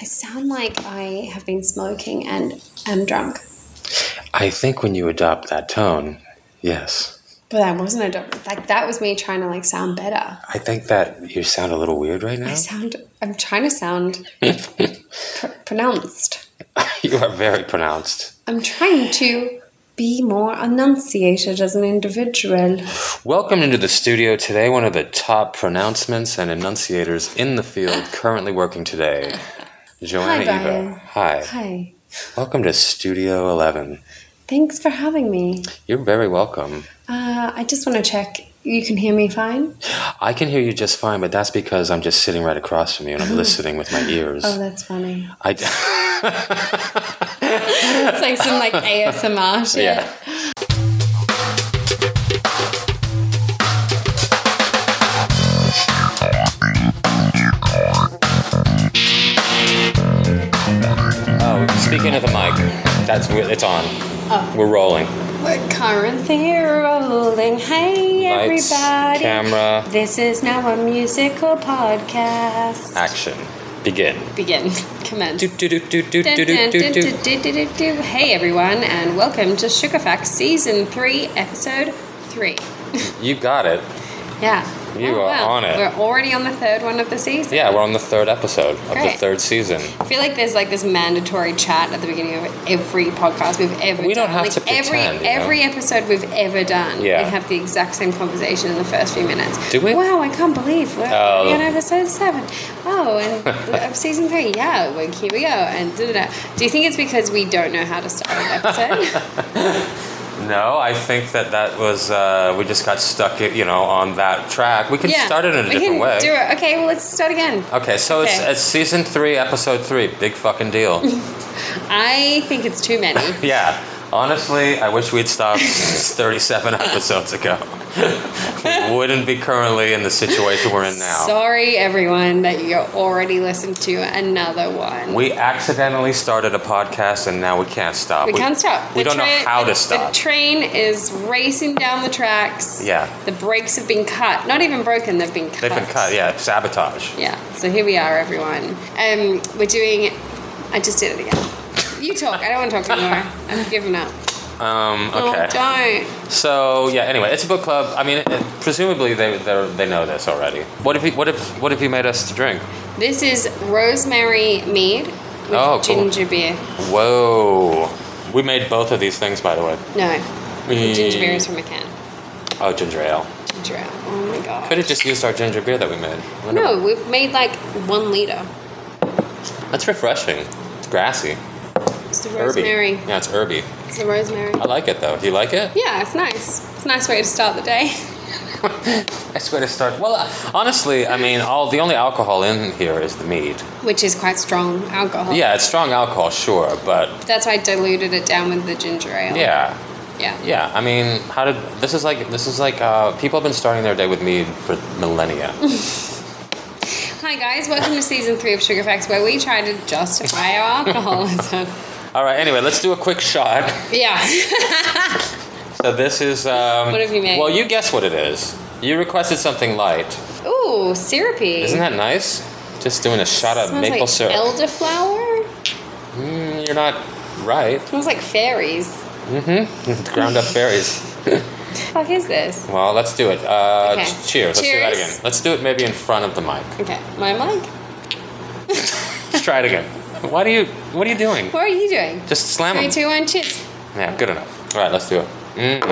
I sound like I have been smoking and am drunk, I think when you adopt that tone, yes. but I wasn't a drunk. Like that was me trying to like sound better. I think that you sound a little weird right I now. sound. I'm trying to sound pr- pronounced. you are very pronounced. I'm trying to be more enunciated as an individual. Welcome into the studio today, one of the top pronouncements and enunciators in the field currently working today. Joanna Hi, Brian. Eva. Hi. Hi. Welcome to Studio 11. Thanks for having me. You're very welcome. Uh, I just want to check. You can hear me fine. I can hear you just fine, but that's because I'm just sitting right across from you and I'm listening with my ears. Oh, that's funny. I, It's like some like ASMR shit. Yeah. oh, speaking of the mic, that's weird. It's on. Oh. We're rolling. We're currently rolling. Hey, Lights, everybody. camera, This is now a musical podcast. action. Begin. Begin. Commence. Do, do, do, do, do, Dun, do, dun, do, dun, do, dun, dun, do. dun, dun, dun. Hey everyone, and welcome to Sugar Facts Season 3, Episode 3. You got it. Yeah. Oh, You are on it. We're already on the third one of the season. Yeah, we're on the third episode of the Great. third season. I feel like there's like this mandatory chat at the beginning of every podcast we've ever We don't done. have like to pretend, every you know? every episode we've ever done. Yeah. We have the exact same conversation in the first few minutes. Do we? Wow, I can't believe we're Oh. already on episode seven. Oh, and of season three, yeah, well, here we go. And da, da, da. do you think it's because we don't know how to start an episode? No, I think that that was uh, we just got stuck, you know, on that track. We could yeah. start it in a we different can way. Do it. Okay, well, let's start again. Okay, so it's Okay. it's season three, episode three. Big fucking deal. I think it's too many. yeah. Honestly, I wish we'd stopped 37 episodes ago. we wouldn't be currently in the situation we're in now. Sorry, everyone, that you already listened to another one. we accidentally started a podcast and now we can't stop. We, can't stop. We The don't train- know how to the- stop. The train is racing down the tracks. Yeah. The brakes have been cut. Not even broken, they've been cut. They've been cut, yeah, sabotage. Yeah. So here we are, everyone. Um, we're doing. I just did it again. You talk. I don't want to talk anymore. I've given up. Um, Oh, okay. don't. So yeah. Anyway, it's a book club. I mean, it- presumably they they're- they know this already. What if you, what if what if you made us to drink? This is rosemary mead with Oh, cool. ginger beer. Whoa. We made both of these things, by the way. No. We- Ginger beer is from a can. Oh, ginger ale. Ginger ale. Oh my god. Could have just used our ginger beer that we made. I wonder- No, we've made like one liter. That's refreshing. It's grassy. It's the Herby. rosemary. Yeah, it's herby. It's the rosemary. I like it though. Do you like it? Yeah, it's nice. It's a nice way to start the day. That's where to start. Well, uh, honestly, I mean, all the only alcohol in here is the mead. Which is quite strong alcohol. Yeah, it's strong alcohol, sure, but That's why I diluted it down with the ginger ale. yeah. Yeah. Yeah, I mean, how did this is like this is like uh, people have been starting their day with mead for millennia. Hi guys, welcome to season three of Sugar Facts where we try to justify our alcoholism. All right, anyway, let's do a quick shot. yeah. So this is um, What have you made? Well, you guess what it is. You requested something light. Ooh, syrupy. Isn't that nice? Just doing a shot of Smells maple like syrup. Elderflower? Mm, you're not right. Smells like fairies. Mm-hmm. Ground up berries. fuck is this? Well, let's do it. Uh, Okay. ch- cheers. Let's do that Cheers. again. Let's do it maybe in front of the mic. Okay, my mic. Let's try it again. Why do you? What are you doing? What are you doing? Just slam Three, them. two, one, cheers. Yeah, good enough. All right, let's do it. Mm,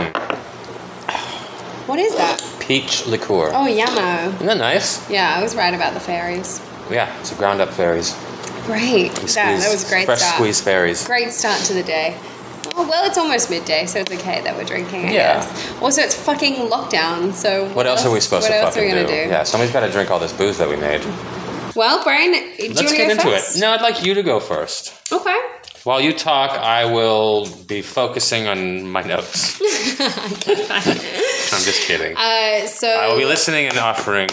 What is that? peach liqueur. Oh, yummo. Isn't that nice? Yeah, I was right about the fairies. Yeah, it's a ground up berries. Great. That, that Squeeze- was a great Fresh start. squeezed berries. Great start to the day. Oh, well, it's almost midday, so it's okay that we're drinking, I Yeah. guess. Also, it's fucking lockdown, so What else are we what supposed to else fucking are we gonna do? do? Yeah, somebody's got to drink all this booze that we made. Well, Brian, do you want Let's to get go into first? it. No, I'd like you to go first. Okay. While you talk, I will be focusing on my notes. I'm just kidding. Uh, I will so, be listening and offering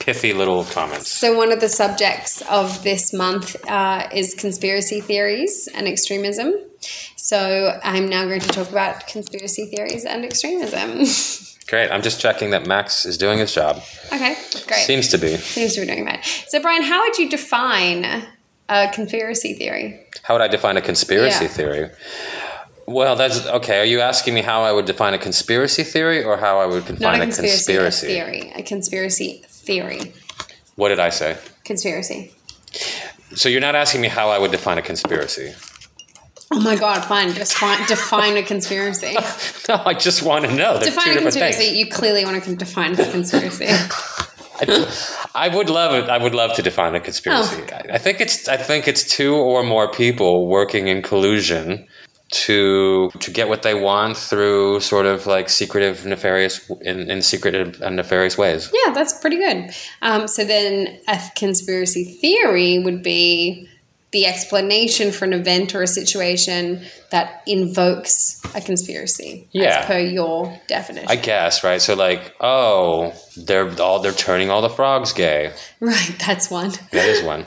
pithy little comments. so one of the subjects of this month uh, is conspiracy theories and extremism. So I'm now going to talk about conspiracy theories and extremism. Great. I'm just checking that Max is doing his job. okay, great. Seems to be. Seems to be doing that. So, Brian, how would you define a conspiracy theory? How would I define a conspiracy Yeah. theory? Well, that's okay. Are you asking me how I would define a conspiracy theory or how I would Not define a a conspiracy, a conspiracy? theory. A conspiracy theory. What did I say? Conspiracy. So you're not asking me how I would define a conspiracy. Oh my god, fine. Just fine, define a conspiracy. No, I just want to know. They're two define a different conspiracy. things. You clearly want to con- define a conspiracy. I, I would love it. I would love to define a conspiracy. I, I think it's. I think it's two or more people working in collusion to to get what they want through sort of like secretive, nefarious, in, in secretive and nefarious ways. yeah, that's pretty good. Um, so then a th- conspiracy theory would be the explanation for an event or a situation that invokes a conspiracy. Yeah. As per your definition. I guess right. So like, oh, they're all they're turning all the frogs gay. right, that's one. That is one.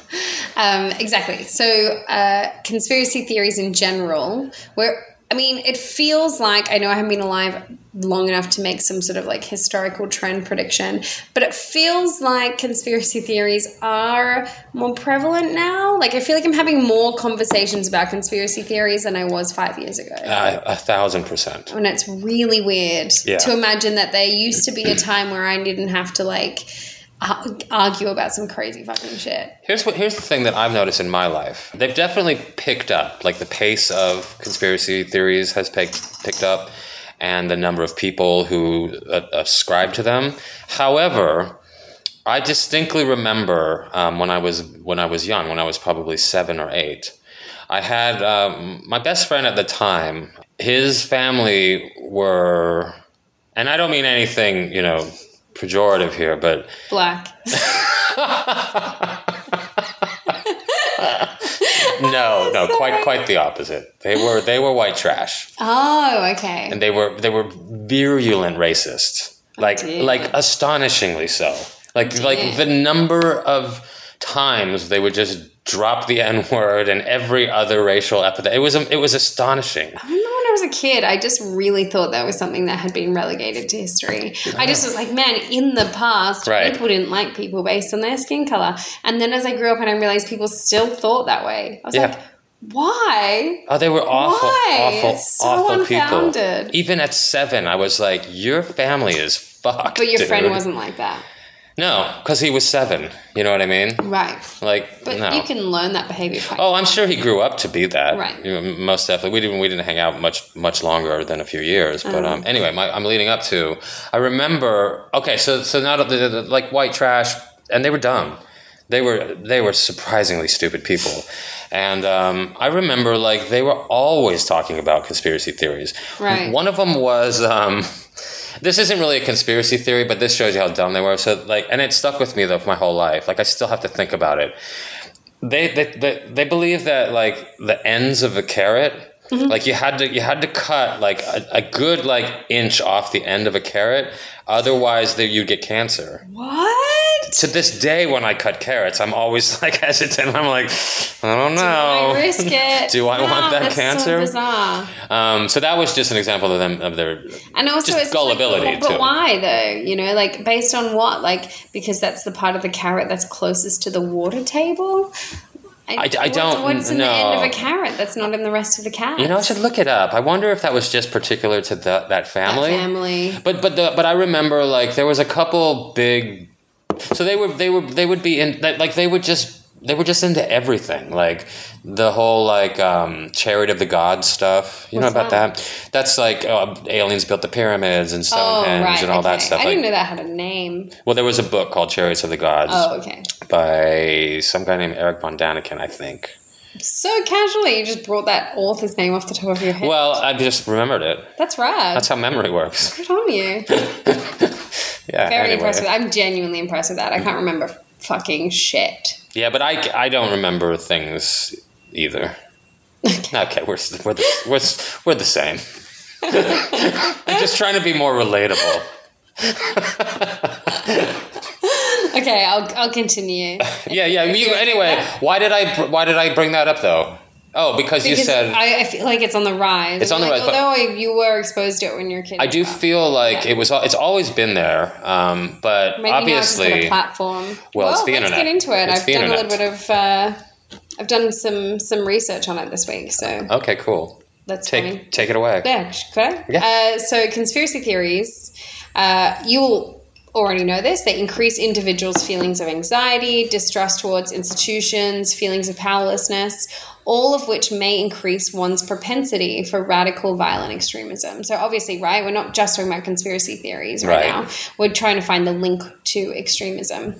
Um, exactly. So, uh, conspiracy theories in general, where I mean, it feels like I know I haven't been alive long enough to make some sort of like historical trend prediction, but it feels like conspiracy theories are more prevalent now. Like, I feel like I'm having more conversations about conspiracy theories than I was five years ago. Uh, a thousand percent. and it's really weird Yeah. to imagine that there used to be a time where I didn't have to like ar- argue about some crazy fucking shit. Here's what here's the thing that I've noticed in my life. They've definitely picked up. Like the pace of conspiracy theories has picked picked up, and the number of people who uh, ascribe to them. However, I distinctly remember um, when I was when I was young, when I was probably seven or eight. I had um, my best friend at the time. His family were, and I don't mean anything you know pejorative here, but Black. no, no, quite quite the opposite. They were they were white trash, Oh, okay. and they were they were virulent racists, like dear. like astonishingly so. Like like the number of times they would just drop the n word and every other racial epithet. It was it was astonishing. I remember when I was a kid, I just really thought that was something that had been relegated to history. I just was like, man, in the past, Right. people didn't like people based on their skin color. And then as I grew up and I realized people still thought that way, I was Yeah. like, why? Oh, they were awful, Why? awful, It's so awful people. unfounded. Even at seven, I was like, "Your family is fucked." But your friend dude." wasn't like that. No, because he was seven. You know what I mean? Right. Like, But no. you can learn that behavior quite Oh, I'm sure he grew up to be that. Right. You know, m- most definitely. We didn't. We didn't hang out much much longer than a few years. But um, anyway, my, I'm leading up to. I remember. Okay, so so now the, the, the- like white trash, and they were dumb. They were they were surprisingly stupid people, and um, I remember like they were always talking about conspiracy theories. Right. One of them was. Um, this isn't really a conspiracy theory, but this shows you how dumb they were. So like, and it stuck with me though for my whole life. Like I still have to think about it they they, they, they believe that like the ends of a carrot like you had to you had to cut like a, a good like inch off the end of a carrot otherwise that you'd get cancer What? to this day when i cut carrots i'm always like hesitant i'm like i don't know I risk it. Do I want Wow, that that's so cancer? bizarre. um, so that was just an example of them of their And also, Just it's just like, gullibility, but- but too. why though? You know, like based on what? Like because that's the part of the carrot that's closest to the water table. I, I don't What's, what's in the end of a know. carrot that's not in the rest of the carrot? you know i should look it up i wonder if that was just particular to the, that family family. But but the but I remember like there was a couple big, so they were they were they would be in that like they would just they were just into everything like the whole like um chariot of the gods stuff you What's know about that? that, that's like uh, aliens built the pyramids and Oh stonehenge right, and all that okay. stuff I like didn't know that had a name. well there was a book called chariots of the gods Oh okay. by some guy named eric von daniken i think So casually, you just brought that author's name off the top of your head. well i just remembered it that's rad. that's how memory works Good on you. yeah Very anyway. impressed with. I'm genuinely impressed with that. I can't remember fucking shit. Yeah, but I, I don't remember things either. Okay, we're, s- we're, the, we're, s- we're the same. I'm just trying to be more relatable. Okay, I'll I'll continue. Yeah, yeah. You, anyway, why did I br- why did I bring that up though? Oh, because, you Because said I, I, I feel like it's on the rise. It's on the Like, rise, but- Although I- you were exposed to it when you were a kid. do feel like it was al- it's always been there, um, but Maybe now it's just got obviously a platform. Well, it's the let's internet. get into it. It's I've the done a internet. little bit of uh, I've done some some research on it this week, so Okay, cool. that's Take funny. take it away. Yeah, sh- could I? Yeah. Uh, so conspiracy theories, uh, you'll already know this. They increase individuals' feelings of anxiety, distrust towards institutions, feelings of powerlessness, all of which may increase one's propensity for radical violent extremism. So obviously, right? We're not just talking about conspiracy theories right, Right. now. We're trying to find the link to extremism.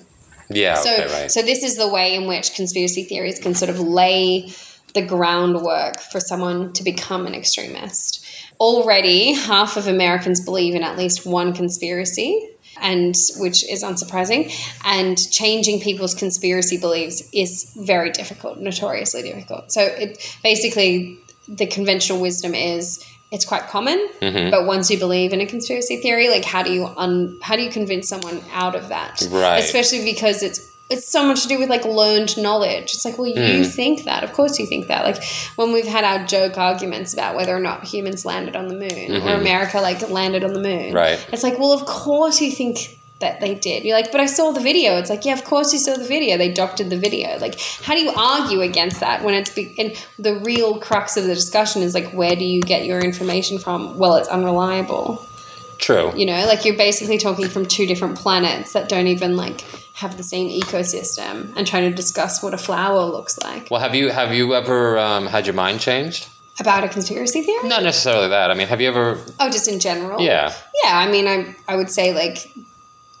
Yeah, So, Ah, okay, right. so this is the way in which conspiracy theories can sort of lay the groundwork for someone to become an extremist. Already, half of Americans believe in at least one conspiracy, and which is unsurprising. And changing people's conspiracy beliefs is very difficult, notoriously difficult. So, it basically the conventional wisdom is it's quite common, Mm-hmm. but once you believe in a conspiracy theory, like how do you un, how do you convince someone out of that? Right. especially because it's it's so much to do with like learned knowledge. It's like, well, you think that, of course, you think that. Like when we've had our joke arguments about whether or not humans landed on the moon or America like landed on the moon, Right. It's like, well, of course you think that they did. You're like, but I saw the video. It's like, yeah, of course you saw the video. They doctored the video. Like, how do you argue against that when it's be- and the real crux of the discussion is like, where do you get your information from? Well, it's unreliable True. you know like you're basically talking from two different planets that don't even like have the same ecosystem and trying to discuss what a flower looks like Well, have you have you ever um, had your mind changed? about a conspiracy theory Not necessarily that. I mean, have you ever? oh just in general Yeah. yeah i mean i i would say like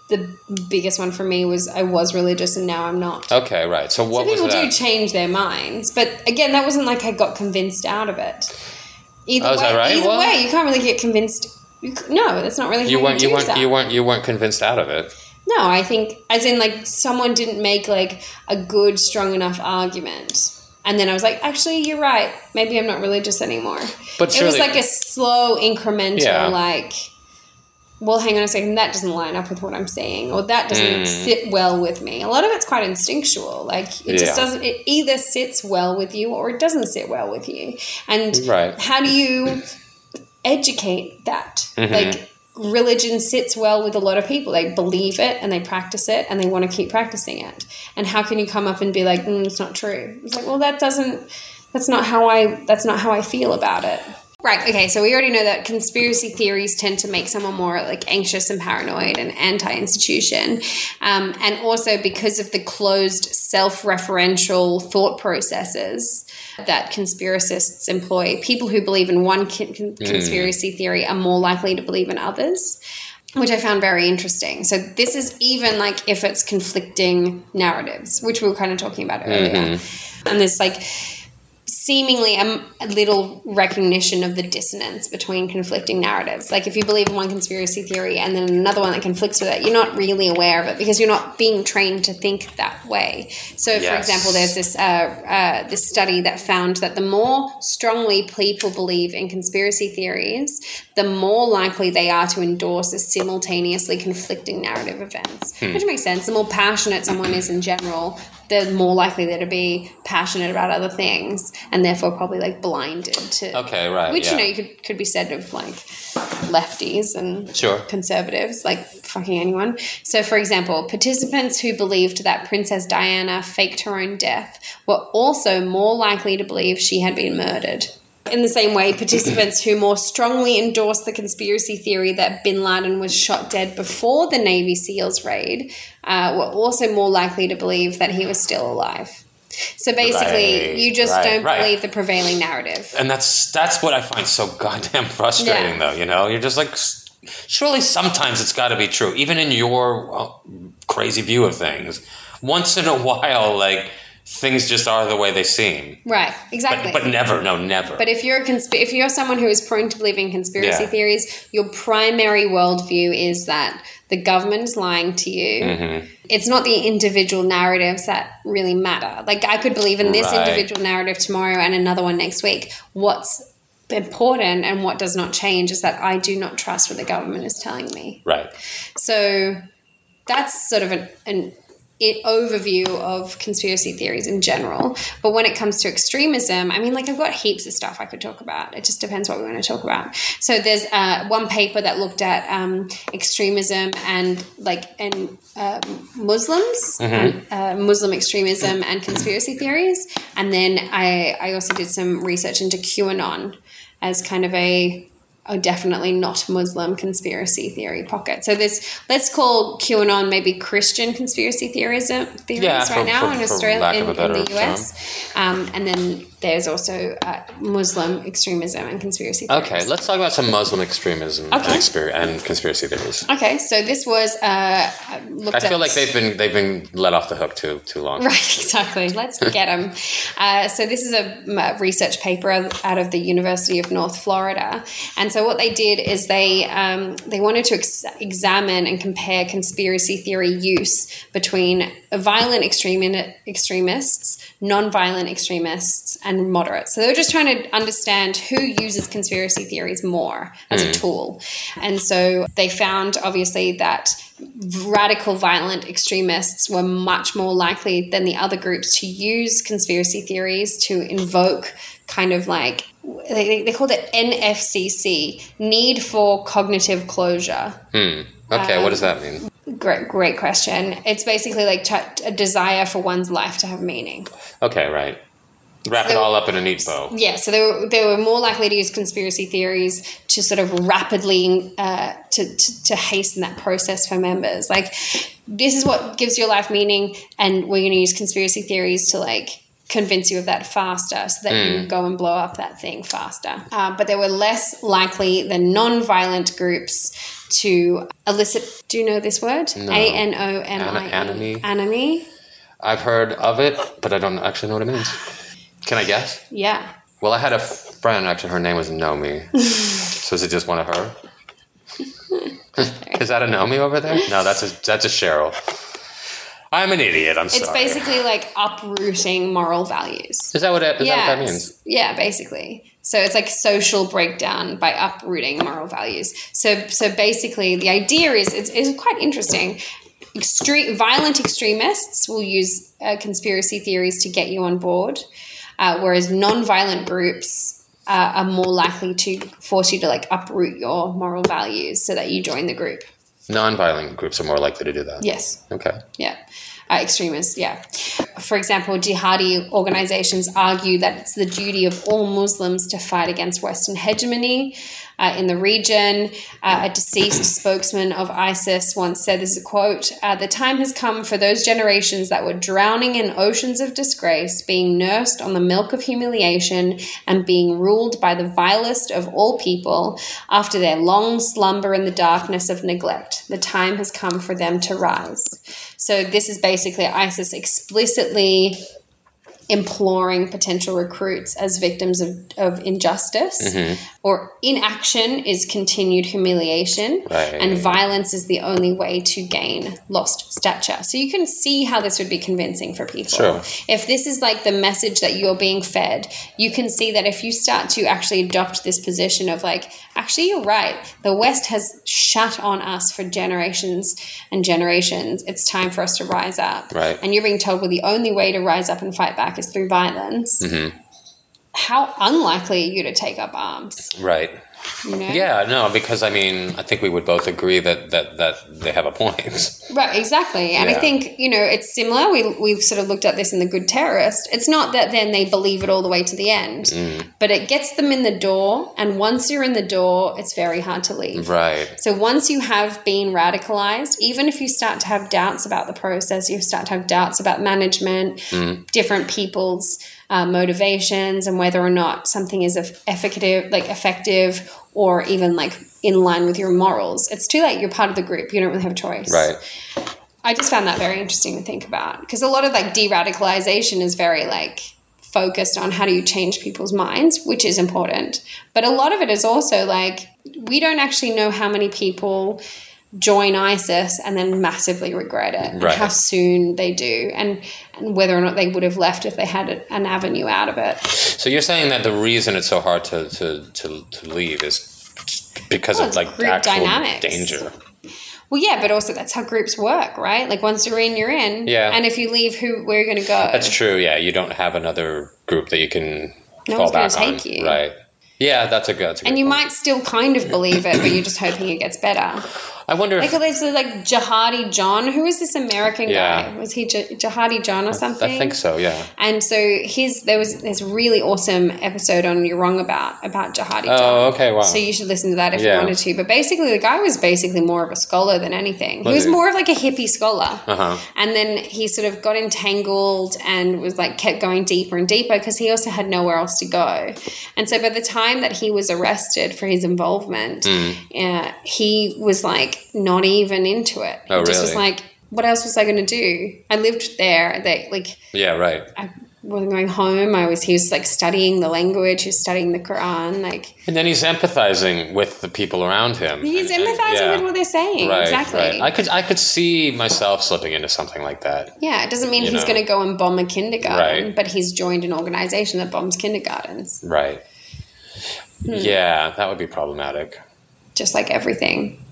the biggest one for me was i was religious and now i'm not Okay, right. So what was people do that? change their minds but again that wasn't like i got convinced out of it either Oh, way is that right? either Well- way you can't really get convinced You c- no that's not really how you weren't you do weren't that. you weren't you weren't convinced out of it. No, I think as in like someone didn't make like a good, strong enough argument. And then I was like, actually, you're right. Maybe I'm not religious anymore. But it was surely- like a slow, incremental, Yeah. like, well, hang on a second, that doesn't line up with what I'm saying, or that doesn't Mm. sit well with me. A lot of it's quite instinctual. Like, it Yeah. just doesn't, it either sits well with you or it doesn't sit well with you. And Right. how do you educate that. Like religion sits well with a lot of people. They believe it and they practice it and they want to keep practicing it. And how can you come up and be like, mm, it's not true? It's like, well, that doesn't. That's not how I. That's not how I feel about it. Right. Okay. So we already know that conspiracy theories tend to make someone more like anxious and paranoid and anti-institution, um, and also because of the closed, self-referential thought processes that conspiracists employ. People who believe in one con- con- conspiracy theory are more likely to believe in others, which I found very interesting. So, this is even like if it's conflicting narratives, which we were kind of talking about earlier. And there's like seemingly a, m- a little recognition of the dissonance between conflicting narratives. Like, if you believe in one conspiracy theory and then another one that conflicts with it, you're not really aware of it because you're not being trained to think that way. So, for Yes. example, there's this uh, uh, this study that found that the more strongly people believe in conspiracy theories, the more likely they are to endorse a simultaneously conflicting narrative events, Hmm. which makes sense. The more passionate someone is in general, the more likely they're to be passionate about other things, and therefore probably like blinded to. Okay, right. Which yeah. you know you could could be said of like lefties and Sure. conservatives, like fucking anyone. So, for example, participants who believed that Princess Diana faked her own death were also more likely to believe she had been murdered. In the same way, participants who more strongly endorsed the conspiracy theory that bin Laden was shot dead before the Navy SEALs raid uh, were also more likely to believe that he was still alive. So basically, Right, you just right, don't right. believe the prevailing narrative. and that's that's what I find so goddamn frustrating, Yeah. though. You know, you're just like, s- surely sometimes it's got to be true, even in your well, crazy view of things. Once in a while, like things just are the way they seem, Right, exactly. but but never, no, never. But if you're a consp- if you're someone who is prone to believing conspiracy Yeah. theories, your primary worldview is that the government is lying to you. Mm-hmm. It's not the individual narratives that really matter. Like I could believe in this Right. individual narrative tomorrow and another one next week. What's important and what does not change is that I do not trust what the government is telling me. right, So that's sort of an, an i- overview of conspiracy theories in general. But when it comes to extremism, I mean, like I've got heaps of stuff I could talk about. It just depends what we want to talk about. So there's uh, one paper that looked at um, extremism and like and uh, Muslims, Mm-hmm. and, uh, Muslim extremism, and conspiracy theories. And then I I also did some research into QAnon as kind of a oh, definitely not Muslim conspiracy theory pocket. So this, let's call QAnon maybe Christian conspiracy theorism theories Yeah, right for- now for- in for Australia, lack in, of a in the better US, um, and then there's also uh, Muslim extremism and conspiracy. Theories. Okay, let's talk about some Muslim extremism Okay. and, expir- and conspiracy theories. Okay, so this was uh, looked I feel at- like they've been they've been let off the hook too too long. Right, exactly. Let's get them. Uh, so this is a m- a research paper out of the University of North Florida, and so what they did is they um, they wanted to ex- examine and compare conspiracy theory use between violent extremi- extremists, non-violent extremists, and moderates. So they were just trying to understand who uses conspiracy theories more as a tool, and so they found obviously that radical violent extremists were much more likely than the other groups to use conspiracy theories to invoke kind of like they, they called it NFCC, need for cognitive closure. Okay, what does that mean? Great, great question. It's basically like t- a desire for one's life to have meaning. Okay, right. Wrap it So- all up in a neat bow. Yeah, so they were, they were more likely to use conspiracy theories to sort of rapidly uh, to, to to hasten that process for members. Like, this is what gives your life meaning, and we're going to use conspiracy theories to like convince you of that faster, so that you Mm. go and blow up that thing faster. Uh, but they were less likely than non-violent groups to elicit. Do you know this word? A N O M I An- enemy? E. Enemy. I've heard of it, but I don't actually know what it means. Can I guess? Yeah. Well, I had a friend. Actually, her name was Nomi. so is it just one of her? is that a Nomi over there? No, that's a that's a Cheryl. I'm an idiot. I'm It's sorry. basically like uprooting moral values. is that what it, is that what that it's- means? Yeah, basically. So it's like social breakdown by uprooting moral values. So so basically, the idea is it's, it's quite interesting. Extreme violent extremists will use uh, conspiracy theories to get you on board, uh, whereas non-violent groups uh, are more likely to force you to like uproot your moral values so that you join the group. Non-violent groups are more likely to do that. Yes. Okay. Yeah. Uh, extremists, yeah. For example, jihadi organizations argue that it's the duty of all Muslims to fight against Western hegemony uh, in the region. Uh, a deceased spokesman of ISIS once said this is a quote uh, The time has come for those generations that were drowning in oceans of disgrace, being nursed on the milk of humiliation, and being ruled by the vilest of all people after their long slumber in the darkness of neglect. The time has come for them to rise. So this is basically ISIS explicitly imploring potential recruits as victims of, of injustice or inaction is continued humiliation Right. and violence is the only way to gain lost stature so you can see how this would be convincing for people Sure. if this is like the message that you're being fed you can see that if you start to actually adopt this position of like actually you're right the west has shut on us for generations and generations it's time for us to rise up Right. and you're being told well the only way to rise up and fight back is through violence Mm-hmm. how unlikely are you to take up arms Right. you know Yeah, no, because I mean, I think we would both agree that that that they have a point. Right, exactly. And I Yeah. think, you know, it's similar. We, we've sort of looked at this in The Good Terrorist. It's not that then they believe it all the way to the end, Mm. but it gets them in the door. And once you're in the door, it's very hard to leave. Right. So once you have been radicalized, even if you start to have doubts about the process, you start to have doubts about management, Mm. different people's uh, motivations, and whether or not something is eff- effective, like effective, or even like in line with your morals. It's too late. You're part of the group. You don't really have a choice. Right. I just found that very interesting to think about because a lot of like de-radicalization is very like focused on how do you change people's minds, which is important. But a lot of it is also like we don't actually know how many people join ISIS and then massively regret it, and Right. how soon they do, and, and whether or not they would have left if they had a, an avenue out of it. So you're saying that the reason it's so hard to to to, to leave is because Well, of it's like group actual dynamics. danger. Well, yeah, but also that's how groups work, right? Like once you're in, you're in. Yeah. And if you leave, who where are you going to go? That's true. Yeah, you don't have another group that you can No fall one's gonna back on. take you. Right. Yeah, that's a good. That's a and good you point. might still kind of believe it, but you're just hoping it gets better. I wonder. Like If, there's this, like Jihadi John. Who is this American Yeah. guy? Was he J- Jihadi John or something? I think so. Yeah. And so his there was this really awesome episode on You're Wrong About about Jihadi John. Oh, okay. Wow. So you should listen to that if Yeah. you wanted to. But basically, the guy was basically more of a scholar than anything. Was he was he? more of like a hippie scholar. Uh-huh. And then he sort of got entangled and was like kept going deeper and deeper because he also had nowhere else to go. And so by the time that he was arrested for his involvement, Hmm. uh, he was like not even into it. Oh, He Just was really? like, what else was I going to do? I lived there. They like. yeah. Right. I wasn't going home. I was he was like studying the language, he was studying the Quran. Like And then he's empathizing with the people around him. he's And- and- empathizing yeah. with what they're saying. Right, exactly. right. I could I could see myself slipping into something like that. yeah, it doesn't mean You he's know. going to go and bomb a kindergarten, Right. but he's joined an organization that bombs kindergartens, Right. Hmm. Yeah, that would be problematic. just like everything.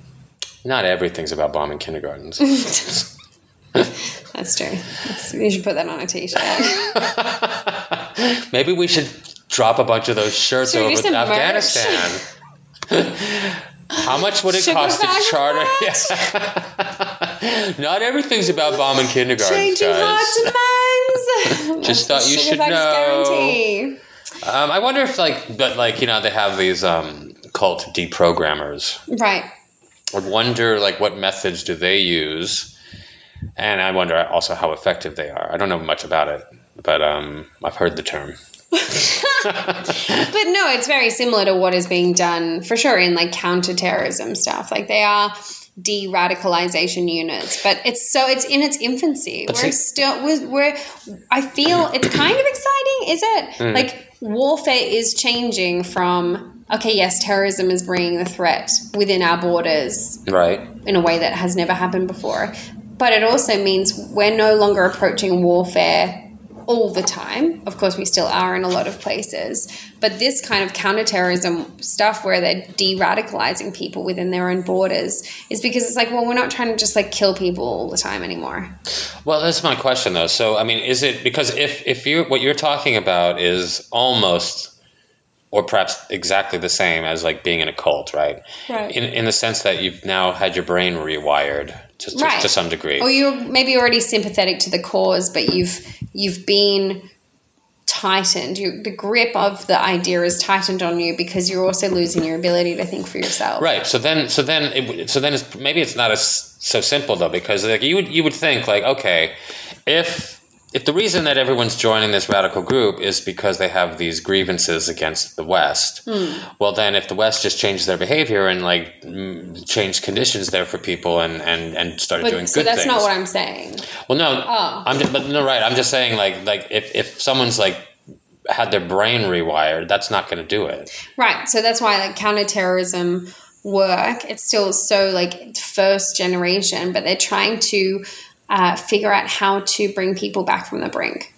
Not everything's about bombing kindergartens. That's true. That's- you should put that on a t-shirt. Maybe we should drop a bunch of those shirts Should we do over some to merch? Afghanistan. How much would it Sugar cost to bag charter? Yeah. Not everything's about bombing kindergartens, Changing guys. hearts and minds. Just That's thought you Sugar should Bag's know. guarantee. Um, I wonder if like, but like you know, they have these um, cult deprogrammers. Right. I wonder like what methods do they use, and I wonder also how effective they are. I don't know much about it, but um, I've heard the term. But no, it's very similar to what is being done for sure in like counterterrorism stuff. Like they are de radicalization units, but it's so it's in its infancy. we're see- still we're, we're. I feel it's kind of exciting, is it? Like warfare is changing from okay, yes, terrorism is bringing the threat within our borders Right. in a way that has never happened before. But it also means we're no longer approaching warfare all the time. Of course, we still are in a lot of places. But this kind of counterterrorism stuff where they're de radicalizing people within their own borders is because it's like, well, we're not trying to just like kill people all the time anymore. Well, that's my question though. So I mean, is it because if if you what you're talking about is almost or perhaps exactly the same as like being in a cult, right? Right. In in the sense that you've now had your brain rewired to, to, Right. to some degree. Or you're maybe already sympathetic to the cause, but you've you've been tightened. You, the grip of the idea is tightened on you because you're also losing your ability to think for yourself. Right. So then, so then, it, would- so then, it's, maybe it's not as so simple though, because like you would you would think like, okay, if if the reason that everyone's joining this radical group is because they have these grievances against the West, Hmm. well, then if the West just changed their behavior and like mm, changed conditions there for people and and and started But- doing so good that's things, not what I'm saying. well, no, Oh. I'm just, but no, right. I'm just saying like like if if someone's like had their brain rewired, that's not going to do it. Right. So that's why like counterterrorism work, it's still so like first generation, but they're trying to uh, figure out how to bring people back from the brink.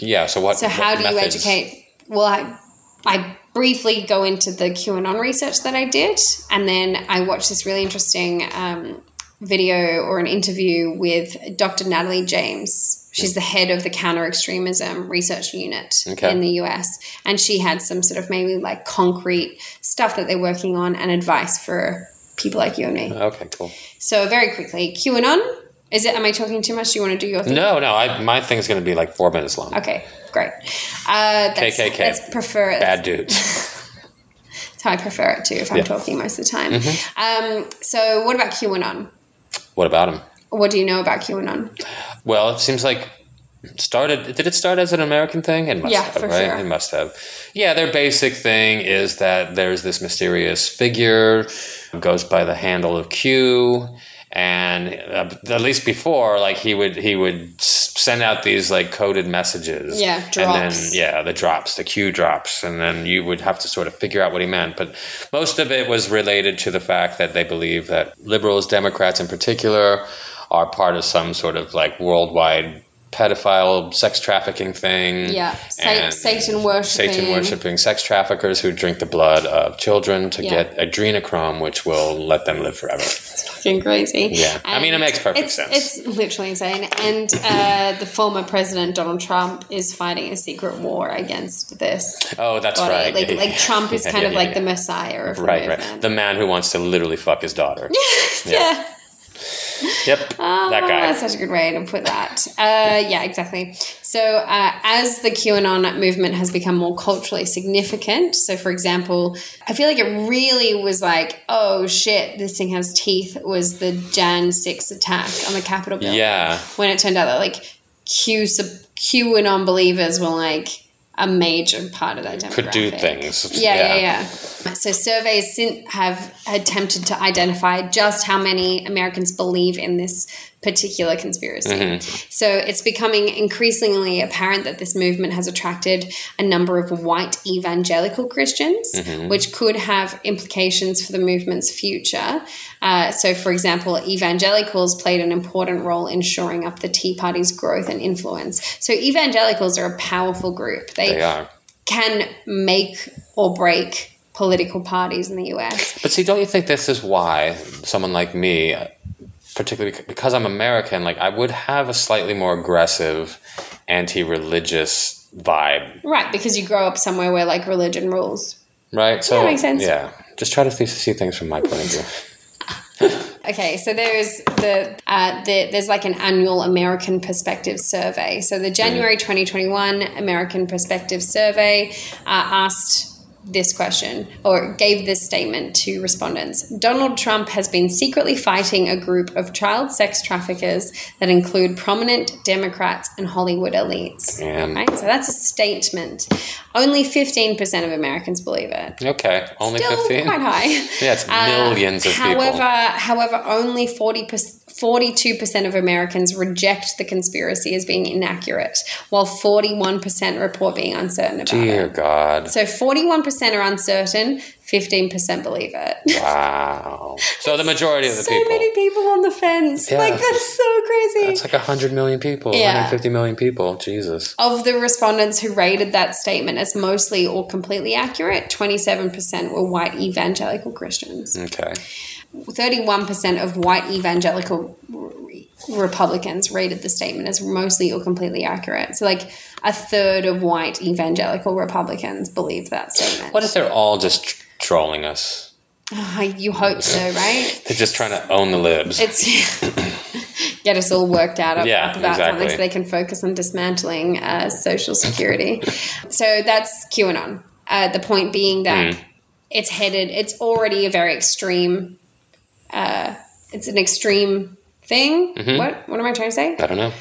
Yeah. So what? So how what do you methods? educate? Well, I, I briefly go into the QAnon research that I did, and then I watched this really interesting um, video or an interview with Dr. Natalie James. She's the head of the counter extremism research unit Okay. in the US, and she had some sort of maybe like concrete stuff that they're working on and advice for people like you and me. Okay. Cool. So very quickly, QAnon. Is it? Am I talking too much? Do you want to do your thing? No, no, I, my thing's going to be like four minutes long. Okay, great. Uh, that's, KKK. That's prefer. Bad dudes. That's how I prefer it too, if I'm Yeah. Mm-hmm. talking most of the time. Um, so, what about QAnon? what about him? What do you know about QAnon? Well, it seems like it started. Did it start as an American thing? It must Yeah, have, for right? sure. It must have. Yeah, their basic thing is that there's this mysterious figure who goes by the handle of Q, and uh, at least before, like he would he would s- send out these like coded messages. Yeah, And then drops. yeah, the drops, the Q drops, and then you would have to sort of figure out what he meant. But most of it was related to the fact that they believe that liberals, Democrats in particular, are part of some sort of like worldwide pedophile sex trafficking thing. Yeah, Sa- and Satan worshiping. Satan worshiping sex traffickers who drink the blood of children to Yeah. get adrenochrome, which will let them live forever. fucking crazy. Yeah. I mean, it And makes perfect it's, sense. It's literally insane. And uh, the former president, Donald Trump, is fighting a secret war against this. Oh, that's body. right. Like, Yeah, like yeah. Trump is Yeah, kind yeah, of yeah, like yeah. the messiah of the Right, right. movement. The man who wants to literally fuck his daughter. yeah. Yep. that Oh, guy. That's such a good way to put that. Uh, yeah, exactly. So, uh, as the QAnon movement has become more culturally significant, so for example, I feel like it really was like, oh shit, this thing has teeth, was the Jan 6 attack on the Capitol building. Yeah. When it turned out that like Q sub- QAnon believers were like a major part of that demographic. Could do things. Yeah, yeah, yeah. So surveys sin- have attempted to identify just how many Americans believe in this particular conspiracy. Mm-hmm. So it's becoming increasingly apparent that this movement has attracted a number of white evangelical Christians, Mm-hmm. which could have implications for the movement's future. Uh, so, for example, evangelicals played an important role in shoring up the Tea Party's growth and influence. So, evangelicals are a powerful group. They are. can make or break political parties in the US. But see, don't you think this is why someone like me, uh, particularly bec- because I'm American, like I would have a slightly more aggressive, anti-religious vibe, Right, because you grow up somewhere where like religion rules. right? So Yeah, makes sense. Yeah. Just try to th- see things from my point of view. Okay, so there is the, uh, the there's like an annual American Perspective Survey. So the January 2021 American Perspective Survey uh, asked this question or gave this statement to respondents. Donald Trump has been secretly fighting a group of child sex traffickers that include prominent Democrats and Hollywood elites. And- Right, so that's a statement. Only 15% of Americans believe it. Okay. Only Still fifteen. quite high. Uh, Yeah, it's millions of people. however, However, only 40 42% of Americans reject the conspiracy as being inaccurate, while 41% report being uncertain about Dear it. God. So 41% are uncertain, 15% believe it. Wow. So the majority of the so people. many people on the fence. Yeah. Like, that's so crazy. It's like 100 million people, Yeah. 150 million people. Jesus. of the respondents who rated that statement as mostly or completely accurate, 27% were white evangelical Christians. Okay. 31% of white evangelical re- Republicans rated the statement as mostly or completely accurate. So, like a third of white evangelical Republicans believe that statement. What if they're all just tr- trolling us? Ah, you hope so, right? They're just trying to own the libs. It's get us all worked out up, Yeah, up about something exactly. so they can focus on dismantling uh, social security. so that's QAnon. Uh, the point being that Hmm. it's headed. It's already a very extreme. Uh, it's an extreme thing. Mm-hmm. What What am I trying to say? I don't know.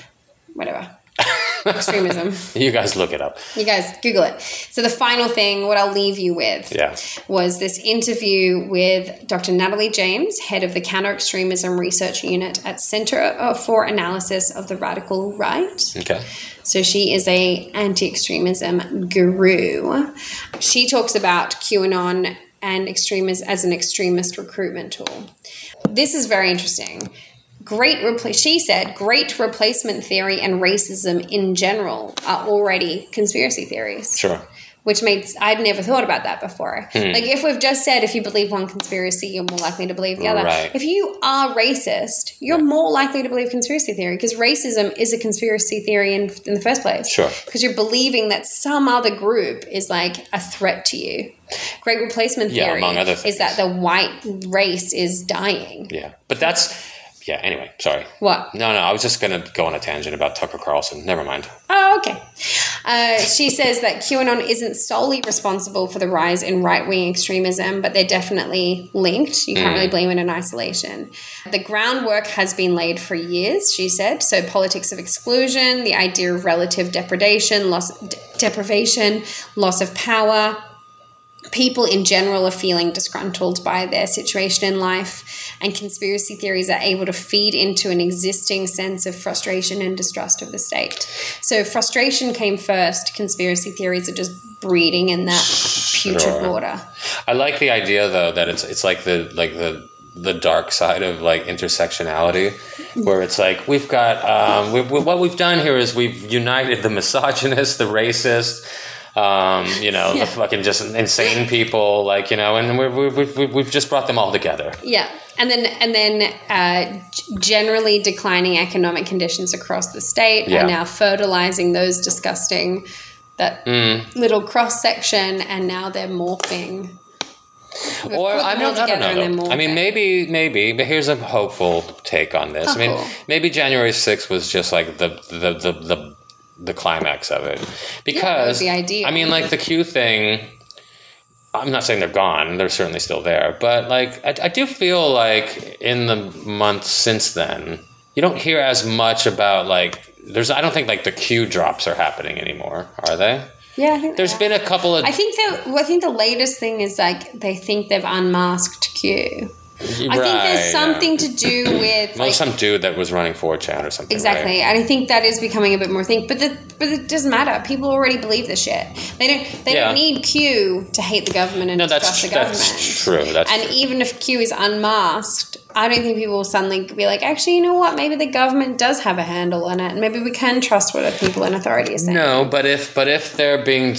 Whatever. Extremism. You guys look it up. You guys Google it. So the final thing, what I'll leave you with, Yeah. was this interview with Dr. Natalie James, head of the Counter Extremism Research Unit at Center uh, for Analysis of the Radical Right. Okay. So she is a anti-extremism guru. She talks about QAnon and extremism as an extremist recruitment tool. This is very interesting. Great, repla- she said, great replacement theory and racism in general are already conspiracy theories Sure. which makes I'd never thought about that before. Hmm. Like if we've just said if you believe one conspiracy, you're more likely to believe the other. Right. If you are racist, you're more likely to believe conspiracy theory because racism is a conspiracy theory in, in the first place. Sure. Because you're believing that some other group is like a threat to you. Great replacement Yeah, theory among other is that the white race is dying. Yeah. But that's. Yeah, anyway, sorry. What? No, no, I was just going to go on a tangent about Tucker Carlson. Never mind. Oh, okay. Uh, she says that QAnon isn't solely responsible for the rise in right wing extremism, but they're definitely linked. You can't really blame it in isolation. The groundwork has been laid for years, she said. So, politics of exclusion, the idea of relative depredation, loss, de- deprivation, loss of power, people in general are feeling disgruntled by their situation in life, and conspiracy theories are able to feed into an existing sense of frustration and distrust of the state. So, frustration came first, conspiracy theories are just breeding in that putrid Sure. water. I like the idea though that it's it's like the like the the dark side of like intersectionality, where it's like we've got um, we, we, what we've done here is we've united the misogynist, the racist, um, you know, the fucking just insane people, like you know, and we've we've, we've we've just brought them all together. Yeah, and then and then uh, g- generally declining economic conditions across the state Yeah. are now fertilizing those disgusting that Mm. little cross section, and now they're morphing. We've Or put I them all don't, I don't together and know. they're though. I mean, morphing. maybe, maybe. But here's a hopeful take on this. I mean, Hopeful. maybe January 6th was just like the the the the, the climax of it because be ideal. I mean, like the Q thing. I'm not saying they're gone; they're certainly still there. But like, I, I do feel like in the months since then, you don't hear as much about like. There's, I don't think like the Q drops are happening anymore, are they? yeah, I think There's they are. been a couple of. I think that well, I think the latest thing is like they think they've unmasked Q. I think there's something to do with Well, like, some dude that was running 4chan or something. right? Exactly, and I think that is becoming a bit more thing. But the, but it doesn't matter. People already believe this shit. They don't. They Yeah. don't need Q to hate the government and No, distrust that's the government. that's true. That's And even if Q is unmasked, I don't think people will suddenly be like, actually, you know what? Maybe the government does have a handle on it, and maybe we can trust what the people in authority are saying. no, but if but if they're being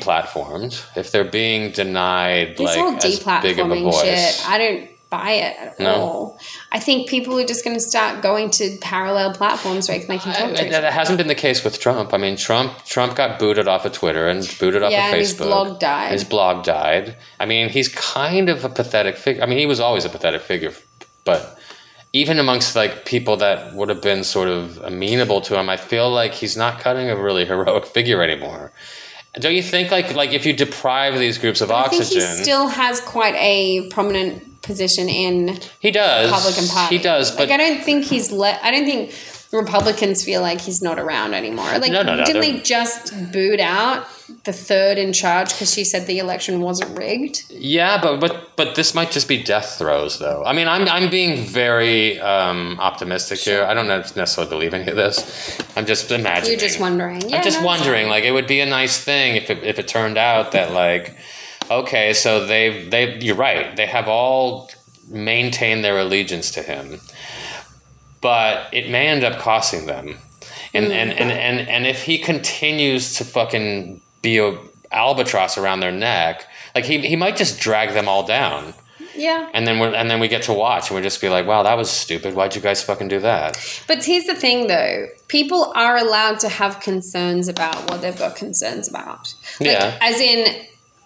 deplatformed, if they're being denied This like whole as big of a deplatforming voice, shit, I don't buy it at No. all. I think people are just going to start going to parallel platforms where they can talk And to each other. that hasn't been the case with Trump. I mean, Trump Trump got booted off of Twitter and booted off Yeah, of and Facebook. his blog died. His blog died. I mean, he's kind of a pathetic figure. I mean, he was always a pathetic figure, but even amongst like people that would have been sort of amenable to him, I feel like he's not cutting a really heroic figure anymore. Don't you think like like if you deprive these groups of I think oxygen, he still has quite a prominent position in He does. Republican Party. He does, but like, I don't think he's let. I don't think Republicans feel like he's not around anymore. Like, No, no, no, didn't they're- they just boot out the third in charge because she said the election wasn't rigged? yeah, but but but this might just be death throes, though. I mean, I'm I'm being very um, optimistic here. I don't know if necessarily believe any of this. I'm just imagining. You're just wondering. Yeah, I'm just no, it's wondering. Like, it would be a nice thing if it, if it turned out that like, okay, so they they you're right. They have all maintained their allegiance to him, but it may end up costing them. And and, and, and and if he continues to fucking be a albatross around their neck, like he, he might just drag them all down. Yeah. And then we're, and then we get to watch and we just be like, wow, that was stupid. Why'd you guys fucking do that? But here's the thing, though. People are allowed to have concerns about what they've got concerns about. Like, Yeah. As in,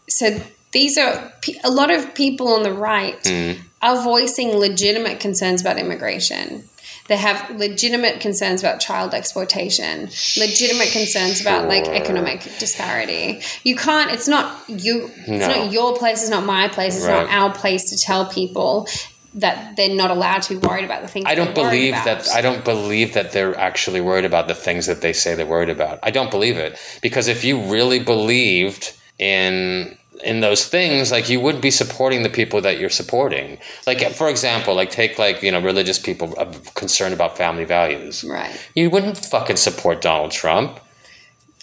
so these are pe- a lot of people on the right Hmm. are voicing legitimate concerns about immigration. They have legitimate concerns about child exploitation, legitimate concerns about like Sure. economic disparity. You can't. It's not you. It's No. not your place. It's not my place. It's not Right. our place to tell people that they're not allowed to be worried about the things. I don't they're worried believe about. that I don't believe that they're actually worried about the things that they say they're worried about. I don't believe it because if you really believed in in those things, like you would be supporting the people that you're supporting. Like for example, like take like you know religious people uh, concerned about family values. Right. You wouldn't fucking support Donald Trump.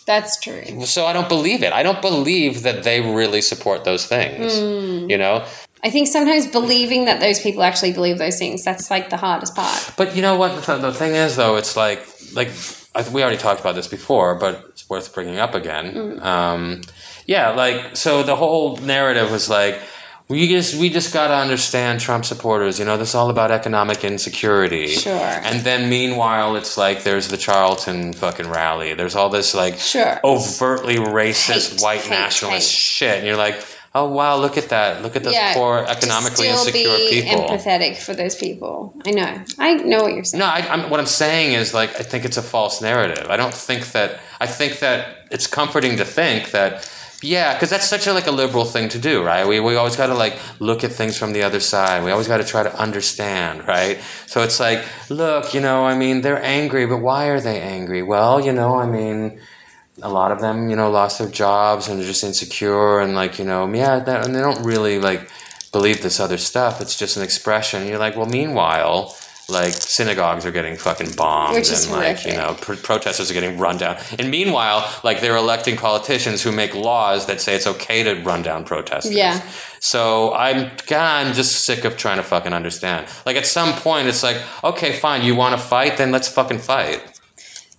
That's true. So I don't believe it. I don't believe that they really support those things. You know? I think sometimes believing that those people actually believe those things, that's like the hardest part. But you know what? The, the thing is, though, it's like like I, we already talked about this before, but it's worth bringing up again. Mm. Um, yeah, like so the whole narrative was like we just we just got to understand Trump supporters. You know, this is all about economic insecurity. Sure. And then meanwhile, it's like there's the Charlton fucking rally. There's all this like Sure. overtly racist Hate, white hate, nationalist hate. shit, and you're like. Oh wow! Look at that! Look at those poor to economically still insecure be people. empathetic for those people. I know. I know what you're saying. No, I, I'm, what I'm saying is like I think it's a false narrative. I don't think that. I think that it's comforting to think that. Yeah, because that's such a like a liberal thing to do, right? We we always got to like look at things from the other side. We always got to try to understand, right? So it's like, look, you know, I mean, they're angry, but why are they angry? Well, you know, I mean, a lot of them, you know, lost their jobs and are just insecure and like, you know, yeah, that, and they don't really like believe this other stuff. It's just an expression. And you're like, well, meanwhile, like synagogues are getting fucking bombed Which is and like, you horrific. know, pr- protesters are getting run down. And meanwhile, like they're electing politicians who make laws that say it's okay to run down protesters. Yeah. So I'm God, I'm just sick of trying to fucking understand. Like at some point it's like, okay, fine, you want to fight, then let's fucking fight.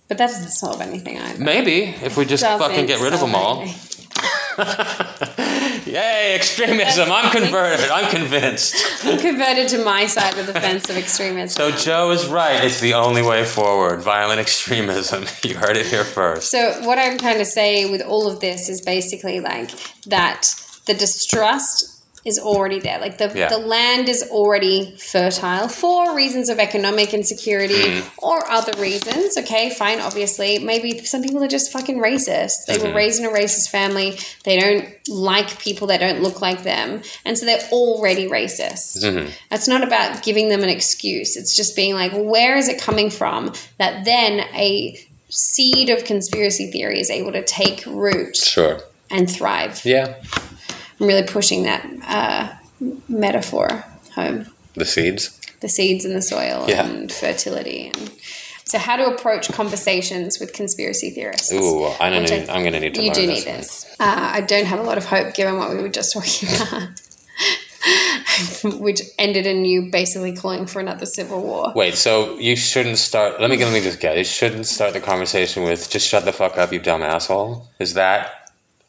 But that doesn't solve anything either. Maybe if we just Doesn't fucking get rid of solve them all. anything. Yay, extremism. I'm converted. I'm convinced. I'm converted to my side of the fence of extremism. So Joe is right. It's the only way forward. Violent extremism. You heard it here first. So what I'm trying to say with all of this is basically like that the distrust is already there. Like the, Yeah. the land is already fertile for reasons of economic insecurity or other reasons. Okay, fine, obviously. Maybe some people are just fucking racist. They were raised in a racist family. They don't like people that don't look like them. And so they're already racist. It's not about giving them an excuse. It's just being like, where is it coming from that then a seed of conspiracy theory is able to take root Sure. and thrive? Yeah. I'm really pushing that uh, metaphor home The seeds. the seeds in the soil Yeah. and fertility. And so, how to approach conversations with conspiracy theorists. Ooh, I don't Which need, I'm going to need to you learn do this need this. Uh, I don't have a lot of hope given what we were just talking about, which ended in you basically calling for another civil war. Wait, so you shouldn't start. Let me let me just get. You shouldn't start the conversation with "just shut the fuck up, you dumb asshole." Is that?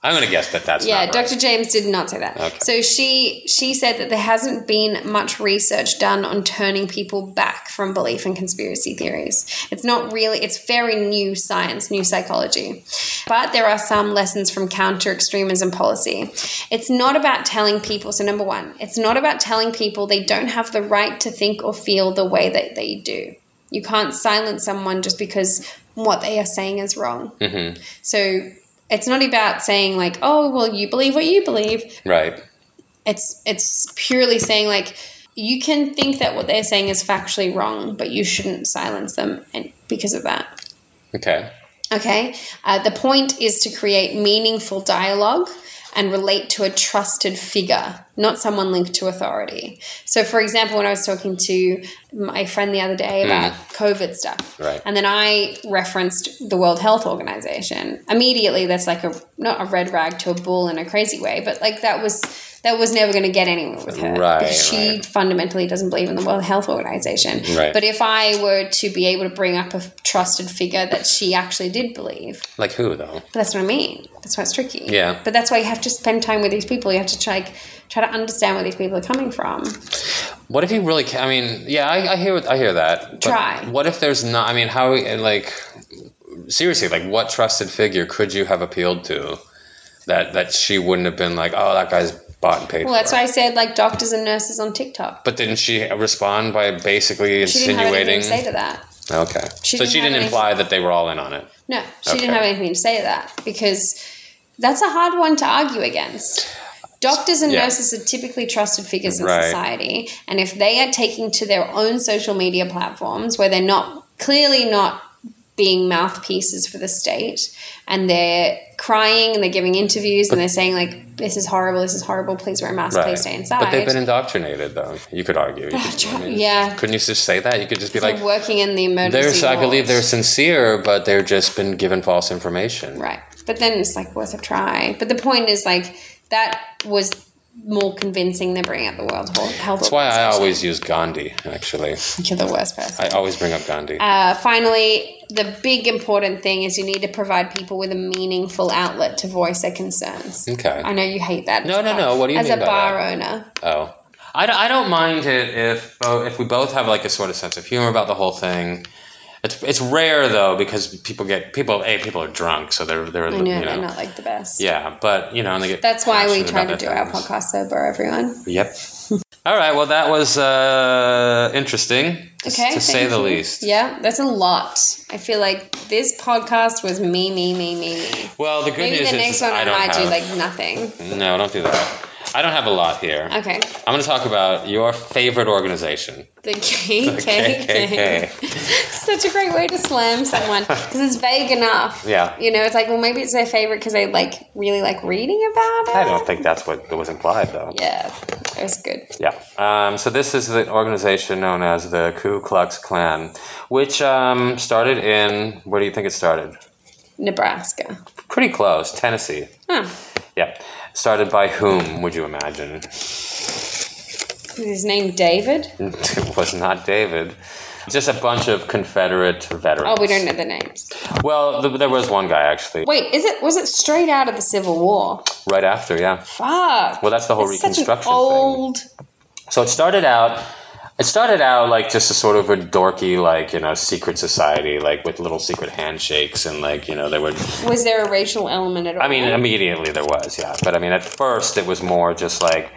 I'm gonna guess that that's Yeah, not right. Dr. James did not say that. Okay. So she she said that there hasn't been much research done on turning people back from belief in conspiracy theories. It's not really it's very new science, new psychology. But there are some lessons from counter extremism policy. It's not about telling people so number 1, it's not about telling people they don't have the right to think or feel the way that they do. You can't silence someone just because what they are saying is wrong. So it's not about saying like, oh, well, you believe what you believe. Right. It's it's purely saying like you can think that what they're saying is factually wrong, but you shouldn't silence them and because of that. Okay. Okay. Uh, the point is to create meaningful dialogue and relate to a trusted figure, not someone linked to authority. So, for example, when I was talking to my friend the other day about COVID stuff, Hmm. Right. and then I referenced the World Health Organization. Immediately, that's like a not a red rag to a bull in a crazy way, but like that was that was never going to get anywhere with her Right, because she right. fundamentally doesn't believe in the World Health Organization. Right. But if I were to be able to bring up a trusted figure that she actually did believe, Like who though? but that's what I mean. That's why it's tricky. Yeah. But that's why you have to spend time with these people. You have to try try to understand where these people are coming from. What if you really? Ca- I mean, yeah, I, I hear what- I hear that. but Try. What if there's not? I mean, how? and, Like, seriously, like, what trusted figure could you have appealed to that that she wouldn't have been like, oh, that guy's bought and paid Well, for? that's why I said like doctors and nurses on TikTok. But didn't she respond by basically She didn't have anything insinuating? to say to that. okay, She so didn't she have didn't anything- imply that they were all in on it. No, she Okay. didn't have anything to say to that because that's a hard one to argue against. Doctors and Yeah. nurses are typically trusted figures in Right. society, and if they are taking to their own social media platforms where they're not clearly not being mouthpieces for the state and they're crying and they're giving interviews and they're saying like this is horrible this is horrible please wear a mask please stay inside But they've been indoctrinated, though. You could argue. You could, I mean, yeah Couldn't you just say that? You could just be like, they're working in the emergency "There's." I believe wards. they're sincere, but they've just been given false information. Right. But then it's like worth a try. But the point is like that was more convincing than bringing up the World Health Health That's why I Organization. always use Gandhi. Actually, You're the worst person. I always bring up Gandhi. uh, finally, the big important thing is you need to provide people with a meaningful outlet to voice their concerns. Okay. I know you hate that. No, no, no. What do you As mean a by bar owner, Oh, I, don't- I don't mind it if oh, if we both have like a sort of sense of humor about the whole thing. It's it's rare though because people get people a people are drunk, so they're they're I know you they're know not like the best. yeah, but you know and they get That's why we passionate try to about do their our things. podcast sober, everyone. Yep. All right. Well, that was uh, interesting, to- Okay. to say thank the you. least. Yeah, that's a lot. I feel like this podcast was me, me, me, me, me. Well, the good Maybe news the next is one I, I don't might have. do like nothing. no, don't do that. I don't have a lot here. Okay. I'm going to talk about your favorite organization, The KKK. KKK. Such a great way to slam someone because it's vague enough. Yeah. You know, it's like, well, maybe it's their favorite because they like really like reading about it. I don't think that's what was implied, though. Yeah, it was good. Yeah. Um, so this is the organization known as the Ku Klux Klan, which um, started in where do you think it started? Nebraska. Pretty close, Tennessee. Huh. Yeah. Started by whom? Would you imagine? Is his name David? it was not David. Just a bunch of Confederate veterans. Oh, we don't know the names. Well, th- there was one guy actually, Wait, is it was it straight out of the Civil War? right after, yeah. Fuck. Well, that's the whole It's Reconstruction thing. old. So it started out. It started out like just a sort of a dorky, like you know, secret society, like with little secret handshakes, and like you know, there were Was there a racial element at all? I mean, um, immediately there was, yeah. But I mean, at first it was more just like,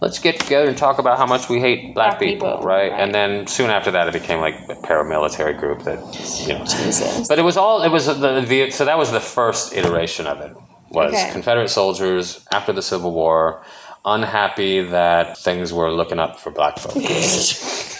let's get together and talk about how much we hate black, Black people, people, right? right. And then soon after that, it became like a paramilitary group that, you know. Jesus. But it was all, it was the, the so that was the first iteration of it, was Okay. Confederate soldiers after the Civil War, unhappy that things were looking up for black folks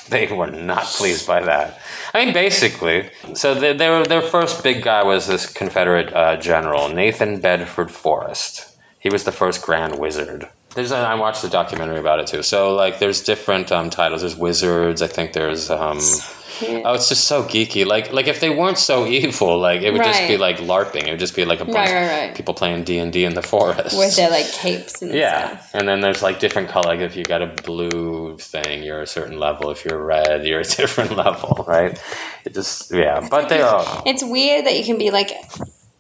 they were not pleased by that. I mean, basically. So their their, their first big guy was this Confederate uh, general, Nathan Bedford Forrest. He was the first Grand Wizard. There's a, I watched a documentary about it too. So like, there's different um, titles. There's wizards. I think there's. Um, oh, it's just so geeky. Like like if they weren't so evil, like it would just be Right. like LARPing. It would just be like a bunch Right, of right, right. people playing D and D in the forest. With their like capes and Yeah, stuff. and then there's like different color. Like if you got a blue thing, you're a certain level. If you're red, you're a different level, right? It just yeah, but they are. It's weird that you can be like,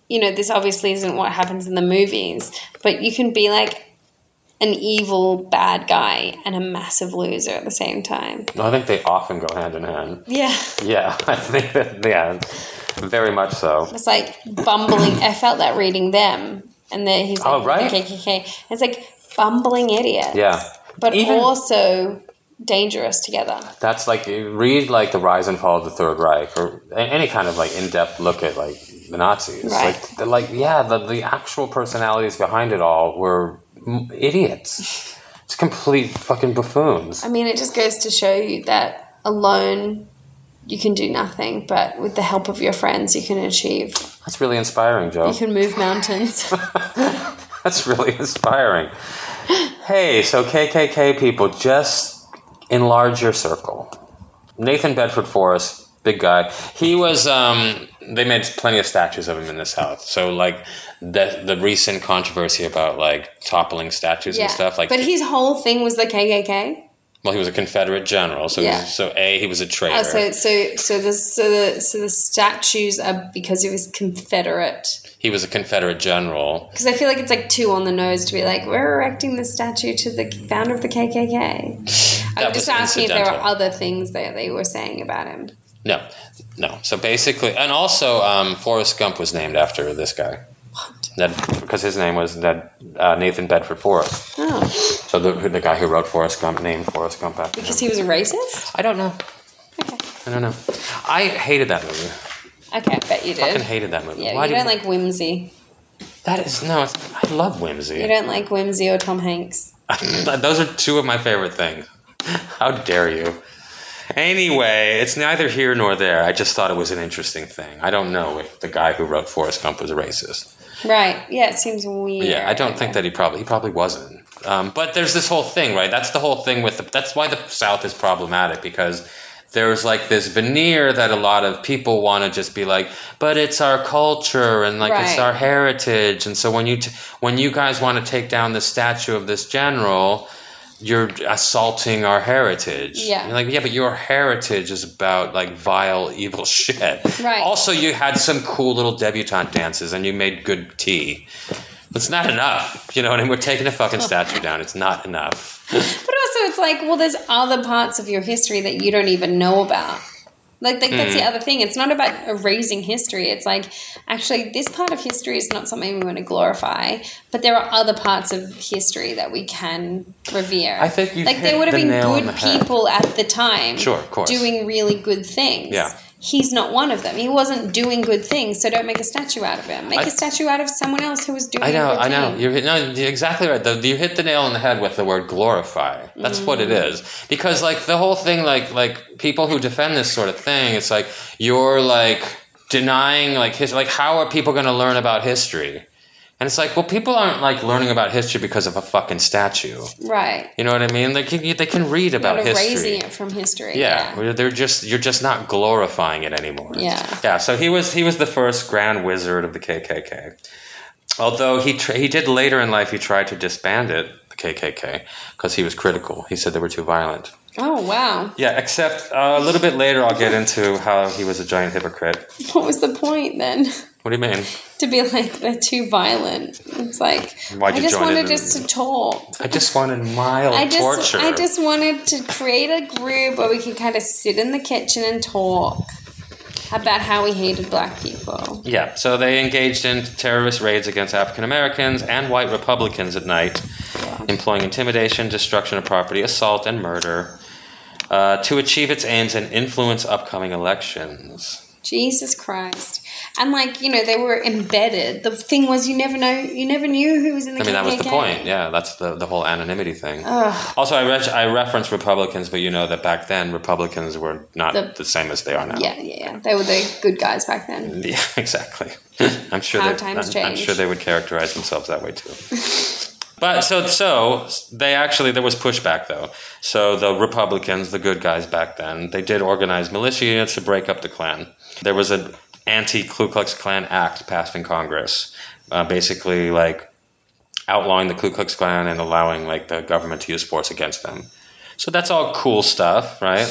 you know, this obviously isn't what happens in the movies, but you can be like an evil bad guy and a massive loser at the same time. I think they often go hand in hand. Yeah. Yeah, I think that yeah, very much so. It's like bumbling. I felt that reading them, and then he's like, Oh, right. "Okay, okay, okay." It's like bumbling idiots. Yeah, but Even- also dangerous together. that's like you read like the rise and fall of the Third Reich or a- any kind of like in depth look at like the Nazis. Right. Like they're like yeah, the the actual personalities behind it all were m- idiots. It's complete fucking buffoons. I mean, it just goes to show you that alone you can do nothing, but with the help of your friends, you can achieve. That's really inspiring, Joe. You can move mountains. That's really inspiring. Hey, so KKK people, just enlarge your circle. Nathan Bedford Forrest, big guy. He was. Um, they made plenty of statues of him in the South. So like the the recent controversy about like toppling statues yeah. and stuff. Like, but his whole thing was the KKK. well, he was a Confederate general. So Yeah. so a he was a traitor. Oh, so so so the so the so the statues are because he was Confederate. he was a Confederate general. Because I feel like it's like too on the nose to be like, we're erecting the statue to the founder of the KKK. I'm That just was asking if there were incidental. other things that they were saying about him. No, no. So basically, and also um, Forrest Gump was named after this guy. Ned, because his name was Ned, uh, Nathan Bedford Forrest. Oh, So the, who- the guy who wrote Forrest Gump named Forrest Gump after him. because he was a racist? I don't know. Okay. I don't know. I hated that movie. Okay, I bet you I fucking did. hated that movie. Yeah, Why you did don't like whimsy. that is no. It's, I love You whimsy. don't like whimsy or Tom Hanks. Those are two of my favorite things. How dare you? Anyway, it's neither here nor there. I just thought it was an interesting thing. I don't know if the guy who wrote Forrest Gump was a racist. Right. Yeah, it seems weird. Yeah, I don't think that he probably he probably wasn't. Um, but there's this whole thing, right? That's the whole thing with the, that's why the South is problematic because there's like this veneer that a lot of people want to just be like, but it's our culture and like it's Right. our heritage, and so when you t- when you guys want to take down the statue of this general. You're assaulting our heritage. Yeah. You're like, yeah, but your heritage is about like vile, evil shit. Right. Also, you had some cool little debutante dances and you made good tea. It's not enough. You know what I mean? We're taking a fucking statue down. It's not enough. But also, it's like, well, there's other parts of your history that you don't even know about. Like, like Hmm. that's the other thing. It's not about erasing history. It's like, actually, this part of history is not something we want to glorify, but there are other parts of history that we can revere. I think you've like there hit would have the been nail on good the head. people at the time, Sure, of course. doing really good things. Yeah. He's not one of them. He wasn't doing good things, so don't make a statue out of him. Make a I- statue out of someone else who was doing. I know, a good I know. thing. You're, hit- no, you're exactly right. The, you hit the nail on the head with the word glorify. That's what it is. Because like the whole thing, like like people who defend this sort of thing, it's like you're like denying like his like how are people going to learn about history? And it's like, well, people aren't like learning about history because of a fucking statue. right. You know what I mean? They can they can read about Not history. erasing it from history. Yeah, where they're just you're just not glorifying it anymore. Yeah. yeah. So he was he was the first Grand Wizard of the KKK. Although he tr- he did later in life he tried to disband it, the KKK, because he was critical. He said they were too violent. Oh, wow. Yeah, except uh, a little bit later, I'll get into how he was a giant hypocrite. What was the point then? What do you mean? To be like, they're too violent. It's like, Why'd I you just join wanted it? us to talk. I just wanted mild I just, torture. I just wanted to create a group where we could kind of sit in the kitchen and talk about how we hated black people. Yeah, so they engaged in terrorist raids against African Americans and white Republicans at night, employing intimidation, destruction of property, assault, and murder uh, to achieve its aims and influence upcoming elections. Jesus Christ. And like, you know, they were embedded. The thing was you never know you never knew who was in the I mean, that was the KKK. point. Yeah, that's the, the whole anonymity thing. Also, I, re- I referenced Republicans, but you know that back then Republicans were not The- the, same as they are now. Yeah, yeah, yeah. They were the good guys back then. Yeah, exactly. I'm sure How they. times I'm, I'm change. sure they would characterize themselves that way too. but so so they actually there was pushback though. So the Republicans, the good guys back then, they did organize militia units to break up the Klan. There was an anti Ku Klux Klan act passed in Congress, uh, basically like outlawing the Ku Klux Klan and allowing like the government to use force against them. So that's all cool stuff, right?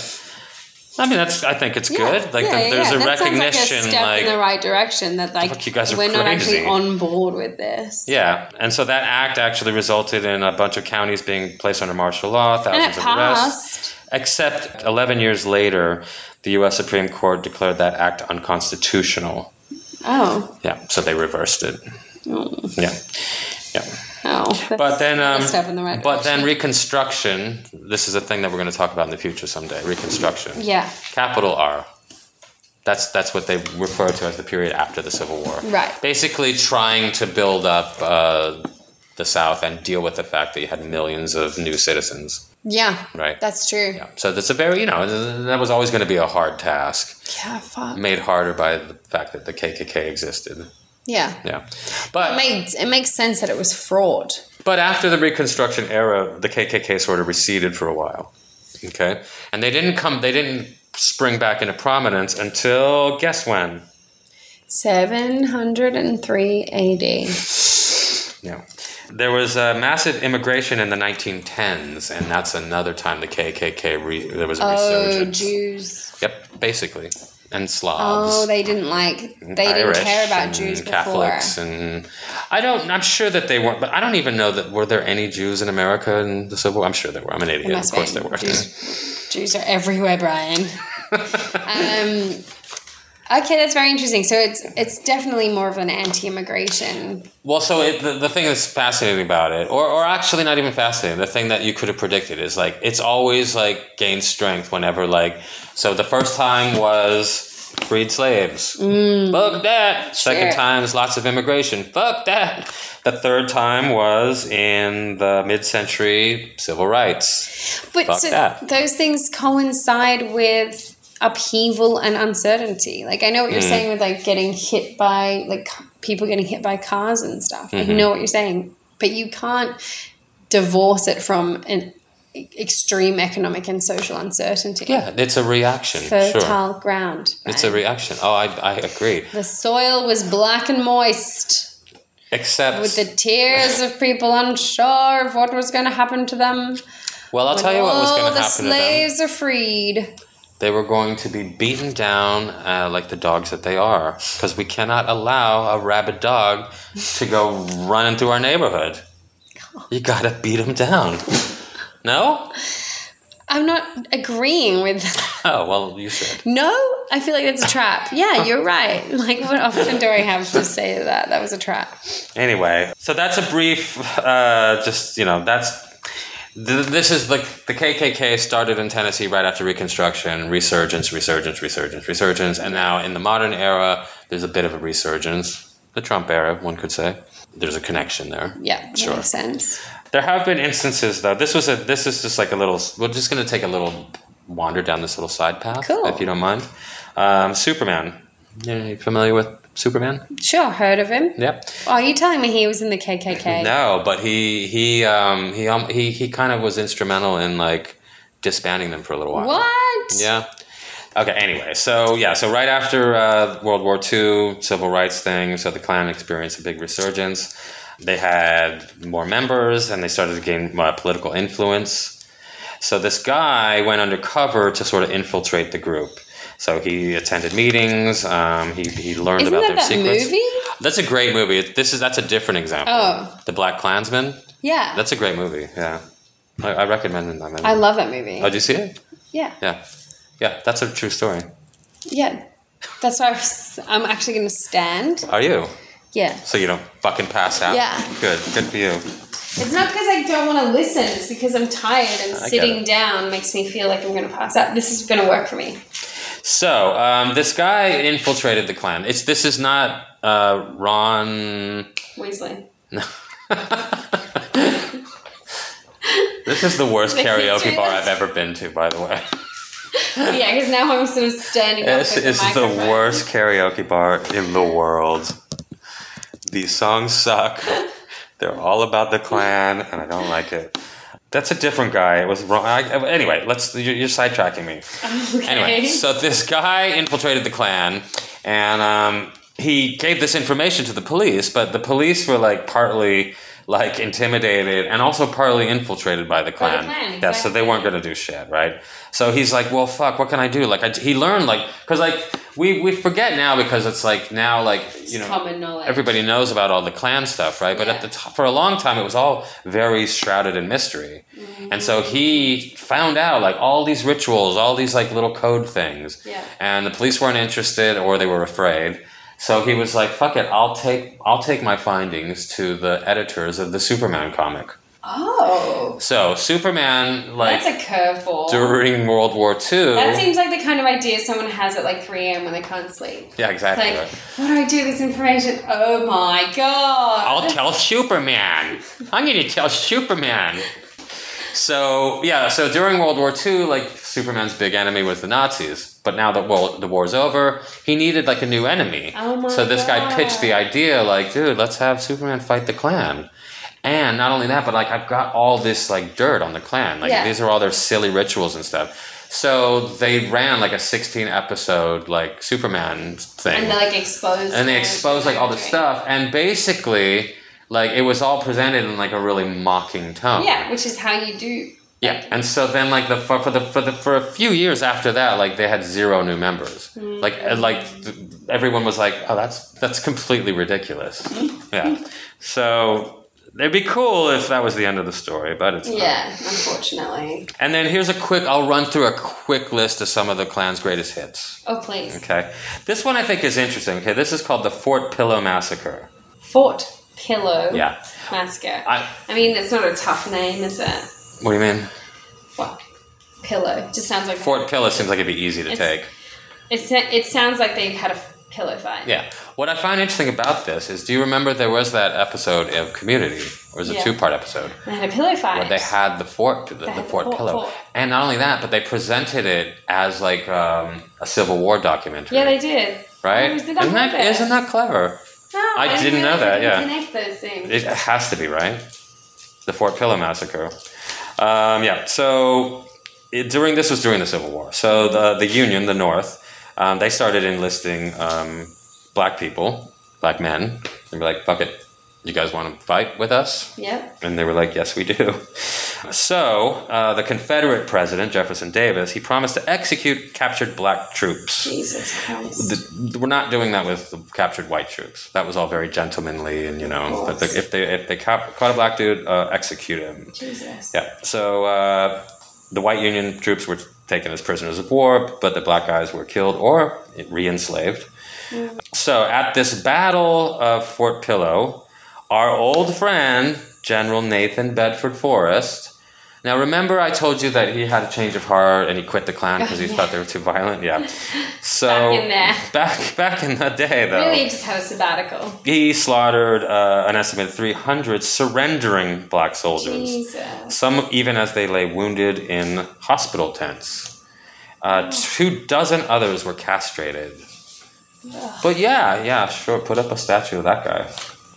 I mean, that's. I think it's good. Like yeah, the, there's yeah. a that sounds recognition, like a step in the right direction that like Fuck, you guys are we're not actually crazy. on board with this. Yeah, and so that act actually resulted in a bunch of counties being placed under martial law, And it thousands of arrests. passed. Except 11 years later, the U.S. Supreme Court declared that act unconstitutional. Oh. Yeah, so they reversed it. Oh. Yeah, yeah. oh. That's But then, um, a step in the right but direction. then Reconstruction. This is a thing that we're going to talk about in the future someday. Reconstruction. Yeah. Capital R. That's that's what they refer to as the period after the Civil War. Right. Basically, trying to build up uh, the South and deal with the fact that you had millions of new citizens. Yeah. Right. That's true. Yeah, So that's a very you know th- that was always going to be a hard task, fuck. made harder by the fact that the KKK existed. Yeah. Yeah. It But made it makes sense that it was fraud. But after the Reconstruction era, the KKK sort of receded for a while. Okay, and they didn't come. They didn't spring back into prominence until guess when? Seven hundred and three AD. Yeah, there was a massive immigration in the 1910s, and that's another time the KKK re- there was a Oh, resurgence. Jews. Yep, basically, and Slavs. Oh, they didn't like. They Irish didn't care about and Jews before. Catholics and I don't. I'm sure that they weren't, but I don't even know that were there any Jews in America in the Civil. War? I'm sure there were. I'm an idiot. Of Must course be. there were. Jews, Jews are everywhere, Brian. um, okay, that's very interesting. So it's it's definitely more of an anti-immigration. Well, so it, the, the thing that's fascinating about it, or, or actually not even fascinating, the thing that you could have predicted is like it's always like gains strength whenever like so the first time was freed slaves, Mm. fuck that. Second Sure. time is lots of immigration, fuck that. The third time was in the mid-century civil rights. But Fuck so that. those things coincide with upheaval and uncertainty. Like I know what you're Mm. saying with like getting hit by like c- people getting hit by cars and stuff. Mm-hmm. I know what you're saying, but you can't divorce it from an e- extreme economic and social uncertainty. Yeah, it's a reaction. Sure, Fertile ground. it's a Brian. reaction. Oh, I, I agree. the soil was black and moist Except with the tears of people unsure of what was going to happen to them. well, I'll tell you what was All going to the happen to them. slaves are freed. they were going to be beaten down uh, like the dogs that they are because we cannot allow a rabid dog to go running through our neighborhood you gotta beat them down no I'm not agreeing with that. oh well you should No, I feel like that's a trap. Yeah, you're right. Like, what option do I have to say that? That was a trap. anyway so that's a brief uh, just you know that's th- this is like the KKK started in Tennessee right after Reconstruction, resurgence, resurgence, resurgence, resurgence, and now in the modern era, there's a bit of a resurgence. The Trump era, one could say. There's a connection there. Yeah, that Sure. makes sense. There have been instances though. This was a. This is just like a little. We're just gonna take a little wander down this little side path, Cool. if you don't mind. Um, Superman. You you familiar with Superman? Sure, heard of him. Yep. Oh, are you telling me he was in the KKK? No, but he he um, he um, he he kind of was instrumental in like disbanding them for a little while. What? Yeah. Okay. Anyway, so yeah, so right after uh, World War II, civil rights thing, so the Klan experienced a big resurgence. They had more members, and they started to gain uh, political influence. So this guy went undercover to sort of infiltrate the group. So he attended meetings. Um, he, he learned Isn't about that their that secrets. movie? That's a great movie. This is that's a different example. Oh. The Black Klansman. Yeah. That's a great movie. Yeah, I, I recommend that movie. I love that movie. oh, did you see it? yeah. Yeah, yeah. That's a true story. Yeah. That's why I was, I'm actually going to stand. Are you? Yeah. So you don't fucking pass out. Yeah. Good. Good for you. It's not because I don't want to listen. It's because I'm tired and I get sitting it. down makes me feel like I'm going to pass out. This is going to work for me. So um, this guy infiltrated the clan. It's this is not uh, Ron. Weasley. This is the worst Making karaoke sure bar that's- I've ever been to, by the way. yeah, because now I'm sort of standing up. This with the is the microphone. worst karaoke bar in the world. These songs suck. They're all about the clan, and I don't like it. That's a different guy. It was wrong. I, anyway, let's. You're, you're sidetracking me. Okay. Anyway, so this guy infiltrated the clan, and um, he gave this information to the police. But the police were like partly like intimidated, and also partly infiltrated by the the clan. clan, Yeah, so they weren't exactly. going to do shit, right? So he's like, "Well, fuck, what can I do?" Like, I, he learned like because like we we forget now because it's like now like you know common knowledge. everybody knows about all the clan stuff, right? But Yeah. at the t- for a long time, it was all very shrouded in mystery, and Mm. so he found out like all these rituals, all these like little code things, Yeah. and the police weren't interested or they were afraid. So he was like, "Fuck it, I'll take I'll take my findings to the editors of the Superman comic." oh, So Superman like that's a curveball. during World War II. that seems like the kind of idea someone has at like 3 a.m. when they can't sleep. yeah, exactly. Like, right. what do I do with this information? Oh my god. I'll tell Superman. I'm going to tell Superman. So yeah, so during World War II, like Superman's big enemy was the Nazis. But now that well, the war's over, he needed like a new enemy. Oh my so this guy God. pitched the idea, like, dude, let's have Superman fight the Klan. And not only that, but like I've got all this like dirt on the Klan. Like Yeah. these are all their silly rituals and stuff. So they ran like a 16 episode like Superman thing and they like expose. and they her. exposed like all the stuff and basically like it was all presented in like a really mocking tone Yeah, which is how you do. yeah and so then like the for, for the for the for a few years after that like they had zero new members Mm. like uh, like th- everyone was like oh that's that's completely ridiculous yeah so it'd be cool if that was the end of the story but it's not Yeah, unfortunately. and then here's a quick i'll run through a quick list of some of the clan's greatest hits Oh, please. okay this one i think is interesting okay this is called the fort pillow massacre Fort Pillow yeah Massacre. I, I, mean, it's not a tough name, is it? What do you mean? Fuck. Pillow. Just sounds like. Fort Pillow seems like it'd be easy to It's- take. It's, it sounds like they had a pillow fight. Yeah. What I find interesting about this is do you remember there was that episode of Community? Or was it a Yeah. two part episode? They had a pillow fight. Where they had the fort the, the had the fort fort- pillow. fort. And not only that, but they presented it as like um, a Civil War documentary. yeah, they did. right? Oh, is it isn't, on that, purpose? isn't that clever? No, I didn't didn't know realize that, they yeah. Connect those things. It has to be, right? The Fort Pillow Massacre. Um, yeah, so it, during this was during the Civil War. So the, the Union, the North, um, they started enlisting um, black people, black men, and be like, fuck it, you guys want to fight with us? Yep. And they were like, yes, we do. So uh, the Confederate president, Jefferson Davis, he promised to execute captured black troops Jesus Christ. the, we're not doing that with the captured white troops. That was all very gentlemanly, and you know, but the, if they if they cap, caught a black dude, uh, execute him. Jesus. Yeah. So uh, the white Union troops were taken as prisoners of war, but the black guys were killed or re-enslaved. Mm-hmm. So at this battle of Fort Pillow, our old friend General Nathan Bedford Forrest. Now remember, I told you that he had a change of heart and he quit the Klan because he thought they were too violent. Yeah. So Oh, Back in there. back back in the day though Really, just had a sabbatical. he slaughtered uh, an estimated 300 surrendering black soldiers Jesus. some even as they lay wounded in hospital tents uh, two dozen others were castrated but yeah yeah sure put up a statue of that guy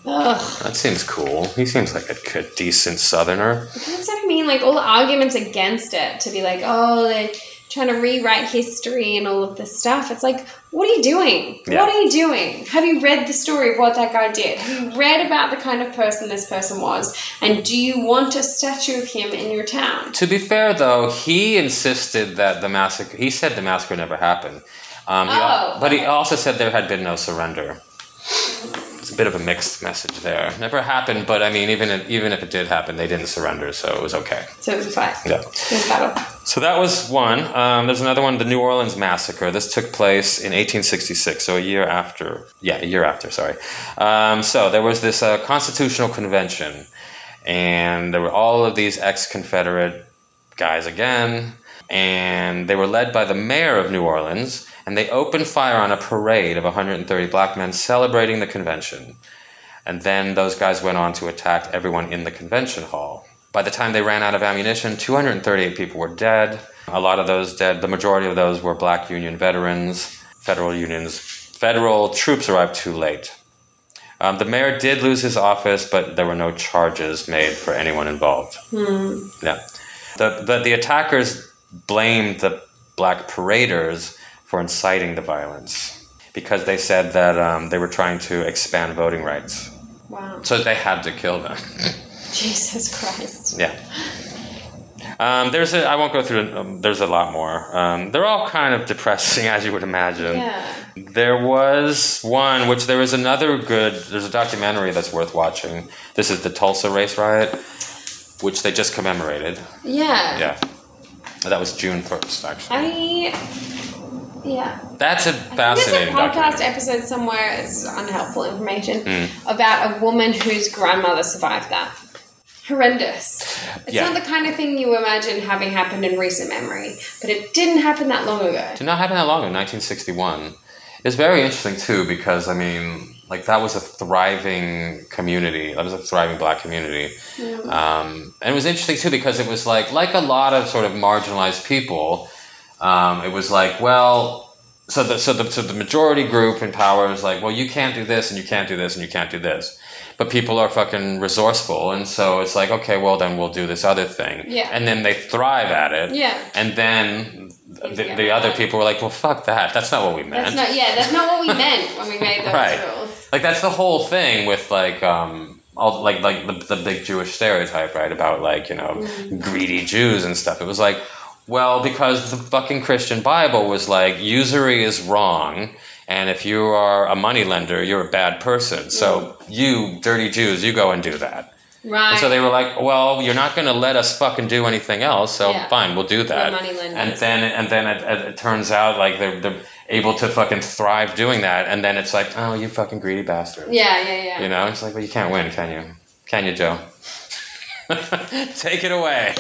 Ugh. that seems cool he seems like a good decent southerner That's what I mean. Like all the arguments against it to be like, oh, the trying to rewrite history and all of this stuff. It's like, what are you doing? Yeah. What are you doing? Have you read the story of what that guy did? Have you read about the kind of person this person was? And do you want a statue of him in your town? To be fair, though, he insisted that the massacre. He said the massacre never happened. Um, he al- Oh. but he also said there had been no surrender. It's a bit of a mixed message there. Never happened, but I mean, even if, even if it did happen, they didn't surrender, so it was okay. So it was a fight. Yeah. It was a battle. So that was one. Um, there's another one, the New Orleans Massacre. This took place in 1866, so a year after. Yeah, a year after, sorry. Um, so there was this uh, constitutional convention, and there were all of these ex Confederate guys again, and they were led by the mayor of New Orleans, and they opened fire on a parade of 130 black men celebrating the convention. And then those guys went on to attack everyone in the convention hall. By the time they ran out of ammunition, 238 people were dead. A lot of those dead, the majority of those were black Union veterans. Federal unions, federal troops arrived too late. Um, the mayor did lose his office, but there were no charges made for anyone involved. Yeah. The, the, the attackers blamed the black paraders for inciting the violence because they said that um, they were trying to expand voting rights. Wow. So they had to kill them. Jesus Christ. Yeah. Um, there's a, I won't go through, um, there's a lot more. Um, they're all kind of depressing, as you would imagine. Yeah. There was one, which there is another good, there's a documentary that's worth watching. This is the Tulsa Race Riot, which they just commemorated. Yeah. Yeah. That was June 1st, actually. I. Yeah. That's a There's a fascinating podcast documentary. Hmm. episode somewhere, it's unhelpful information, about a woman whose grandmother survived that. Horrendous. It's Yeah. not the kind of thing you imagine having happened in recent memory, but it didn't happen that long ago. Did not happen that long ago, 1961. It's very interesting, too, because, I mean, like, that was a thriving community. That was a thriving black community. Um, and it was interesting, too, because it was like, like a lot of sort of marginalized people, um, it was like, well, so the, so, the, so the majority group in power is like, well, you can't do this, and you can't do this, and you can't do this. But people are fucking resourceful, and so it's like, okay, well, then we'll do this other thing. Yeah. And then they thrive at it. Yeah. And then the, the other people were like, well, fuck that. That's not what we meant. That's not, yeah, that's not what we meant when we made those Right. rules. like, that's the whole thing with, like, um, all, like, like the, the big Jewish stereotype, right? About, like, you know, Mm. greedy Jews and stuff. It was like, well, because the fucking Christian Bible was like, usury is wrong. And if you are a moneylender, you're a bad person. So you, dirty Jews, you go and do that. Right. And so they were like, "Well, you're not going to let us fucking do anything else, so Yeah. fine, we'll do that." money lenders. and then and then it, it, it turns out like they're, they're able to fucking thrive doing that, and then it's like, "Oh, you fucking greedy bastard!" yeah, yeah, yeah. You know, it's like, "Well, you can't win, can you? Can you, Joe? Take it away."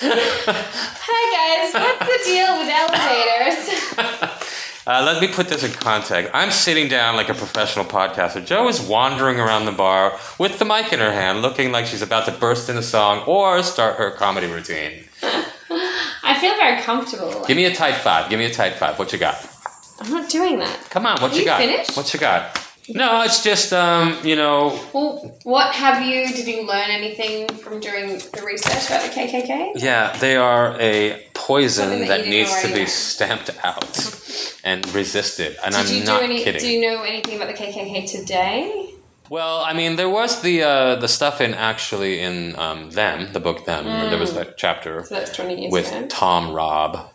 Hi guys, what's the deal with elevators? Uh, let me put this in context. I'm sitting down like a professional podcaster. Joe is wandering around the bar with the mic in her hand, looking like she's about to burst into song or start her comedy routine. I feel very comfortable. Give me a tight five. Give me a tight five. What you got? I'm not doing that. Come on, what Are you you got? finished? What you got? No, it's just um, you know, Well, what have you? Did you learn anything from doing the research about the KKK? yeah, they are a poison Something that, that you didn't needs to already be know. stamped out and resisted. And Did I'm you not do any? kidding. Do you know anything about the KKK today? Well, I mean, there was the uh, the stuff in actually in um, them, the book them. where There was Mm. that chapter So that's twenty years with ago. Tom Robb.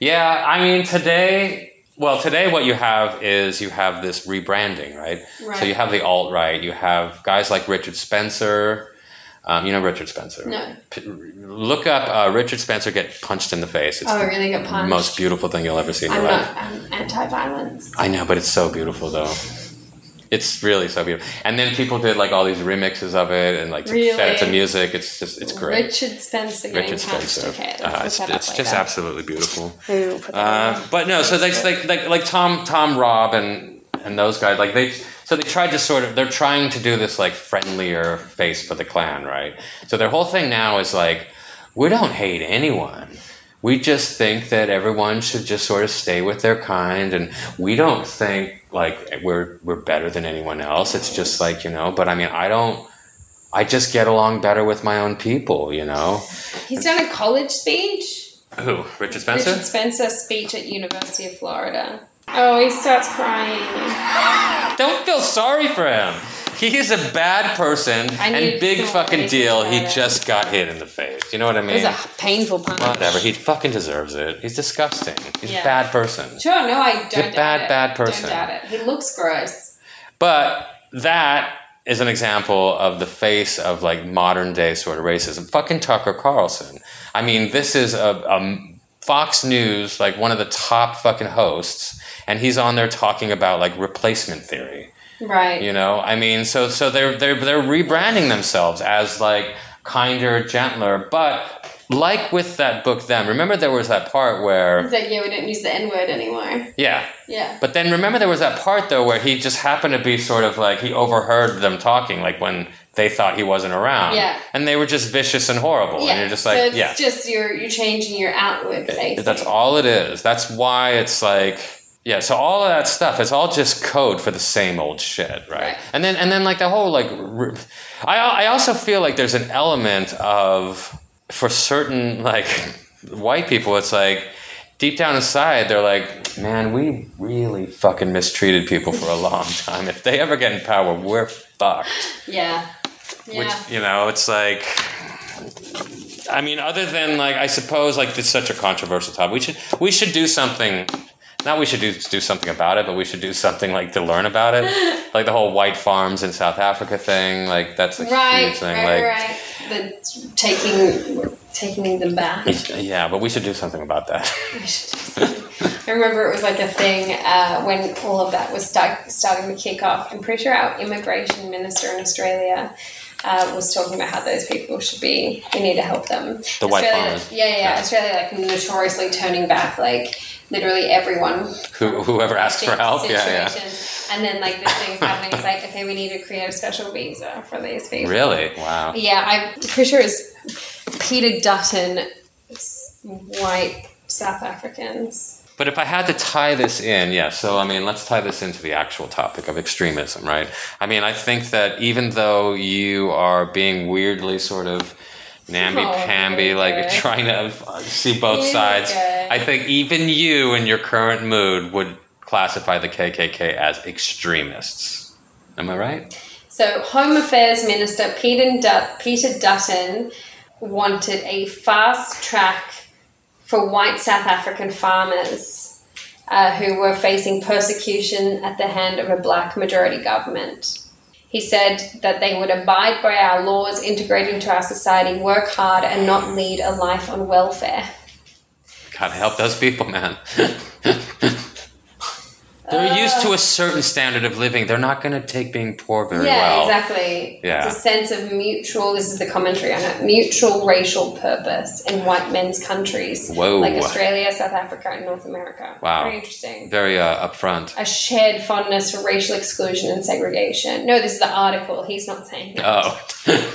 Yeah, I mean today. Well, today what you have is you have this rebranding, right? So Right. you have the alt right. You have guys like Richard Spencer. Um, you know Richard Spencer. No. P- look up uh, Richard Spencer get punched in the face. It's Oh, I the really got punched. most beautiful thing you'll ever see in I'm your life. not. I'm anti-violence. I know, but it's so beautiful though. It's really so beautiful. And then people did like all these remixes of it and like Really? set it to music. It's just it's great. Richard Spencer getting Richard punched. Spencer. Okay, Uh, let's it's look that it's up just later. absolutely beautiful. Maybe we'll put that in. Uh, but no, so that's like like like Tom Tom Robb and and those guys like they so they tried to sort of they're trying to do this like friendlier face for the clan, right? So their whole thing now is like we don't hate anyone. We just think that everyone should just sort of stay with their kind, and we don't think like we're we're better than anyone else. It's just like you know. But I mean, I don't. I just get along better with my own people, you know. He's done a college speech. Who? Richard Spencer? Richard Spencer speech at University of Florida. Oh, he starts crying. Don't feel sorry for him. He is a bad person I and need big someone fucking to deal. think He about it. just got hit in the face. You know what I It was mean? a painful punch. Whatever. He fucking deserves it. He's disgusting. He's a Yeah. bad person. Sure, no, I don't a doubt bad, it. bad person. Don't doubt it. He looks gross. But that is an example of the face of like modern day sort of racism. Fucking Tucker Carlson. I mean, this is a, a Fox News, like one of the top fucking hosts, and he's on there talking about like replacement theory. Right. You know, I mean, so so they're they're they're rebranding themselves as like kinder, gentler, but like with that book, them. Remember, there was that part where He's like, yeah, we don't use the N word anymore. yeah, Yeah. but then remember there was that part though where he just happened to be sort of like he overheard them talking like when they thought he wasn't around. Yeah. And they were just vicious and horrible. yeah. And you're just so like, it's yeah. just you're you're changing your outward face. That's all it is. That's why it's like yeah, so all of that stuff it's all just code for the same old shit, right? Right. And then and then like the whole like r- I I also feel like there's an element of for certain like white people it's like deep down inside they're like man we really fucking mistreated people for a long time if they ever get in power we're fucked Yeah. Yeah. which you know it's like i mean other than like i suppose like it's such a controversial topic we should we should do something not we should do, do something about it but we should do something like to learn about it like the whole white farms in south africa thing like that's a right, huge thing right, like right. The taking taking them back. yeah but we should do something about that I remember it was like a thing uh, when all of that was start, starting to kick off. I'm pretty sure our immigration minister in Australia uh, was talking about how those people should be. We need to help them. The white Australia- farmers. Yeah, yeah, yeah. Australia like notoriously turning back like literally everyone Who, whoever asked for help yeah yeah situations. And then like this thing's happening. It's like okay, we need to create a special visa for these people. really wow Yeah, I'm pretty sure it's Peter Dutton, s- white South Africans. But if I had to tie this in, yeah, so I mean, let's tie this into the actual topic of extremism, right? I mean, I think that even though you are being weirdly sort of namby pamby, Oh, like okay. trying to uh, see both Yeah, sides, okay. I think even you in your current mood would classify the KKK as extremists. Am I right? So, Home Affairs Minister Peter, Dut- Peter Dutton wanted a fast track for white South African farmers uh, who were facing persecution at the hand of a black majority government. He said that they would abide by our laws, integrate into our society, work hard, and not lead a life on welfare. God, help those people, man. They're used to a certain standard of living. They're not going to take being poor very yeah, well. exactly. Yeah. It's a sense of mutual, this is the commentary on it, mutual racial purpose in white men's countries. Whoa. Like Australia, South Africa, and North America. Wow. Very interesting. Very uh, upfront. A shared fondness for racial exclusion and segregation. No, this is the article. He's not saying that. Oh,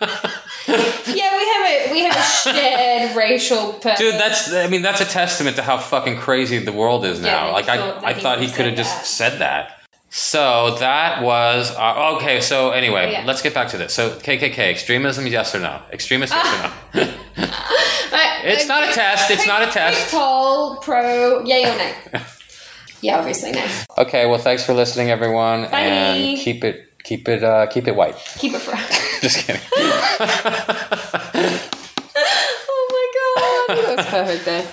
Yeah, we have a we have a shared racial purpose. dude, that's I mean that's a testament to how fucking crazy the world is now. Yeah, like I, he thought that I he thought he said could have just that. said that. So that was our, okay. So anyway, Oh, Yeah. let's get back to this. So KKK extremism, yes or no? Extremist, yes or no? Ah. Right, It's a not a quick- test, it's quick- not a test. quick poll pro yay or no. yeah, obviously no. Okay, well, thanks for listening, everyone, and Bye. keep it keep it uh, keep it white. Keep it for Just kidding. Oh my god. That was perfect there.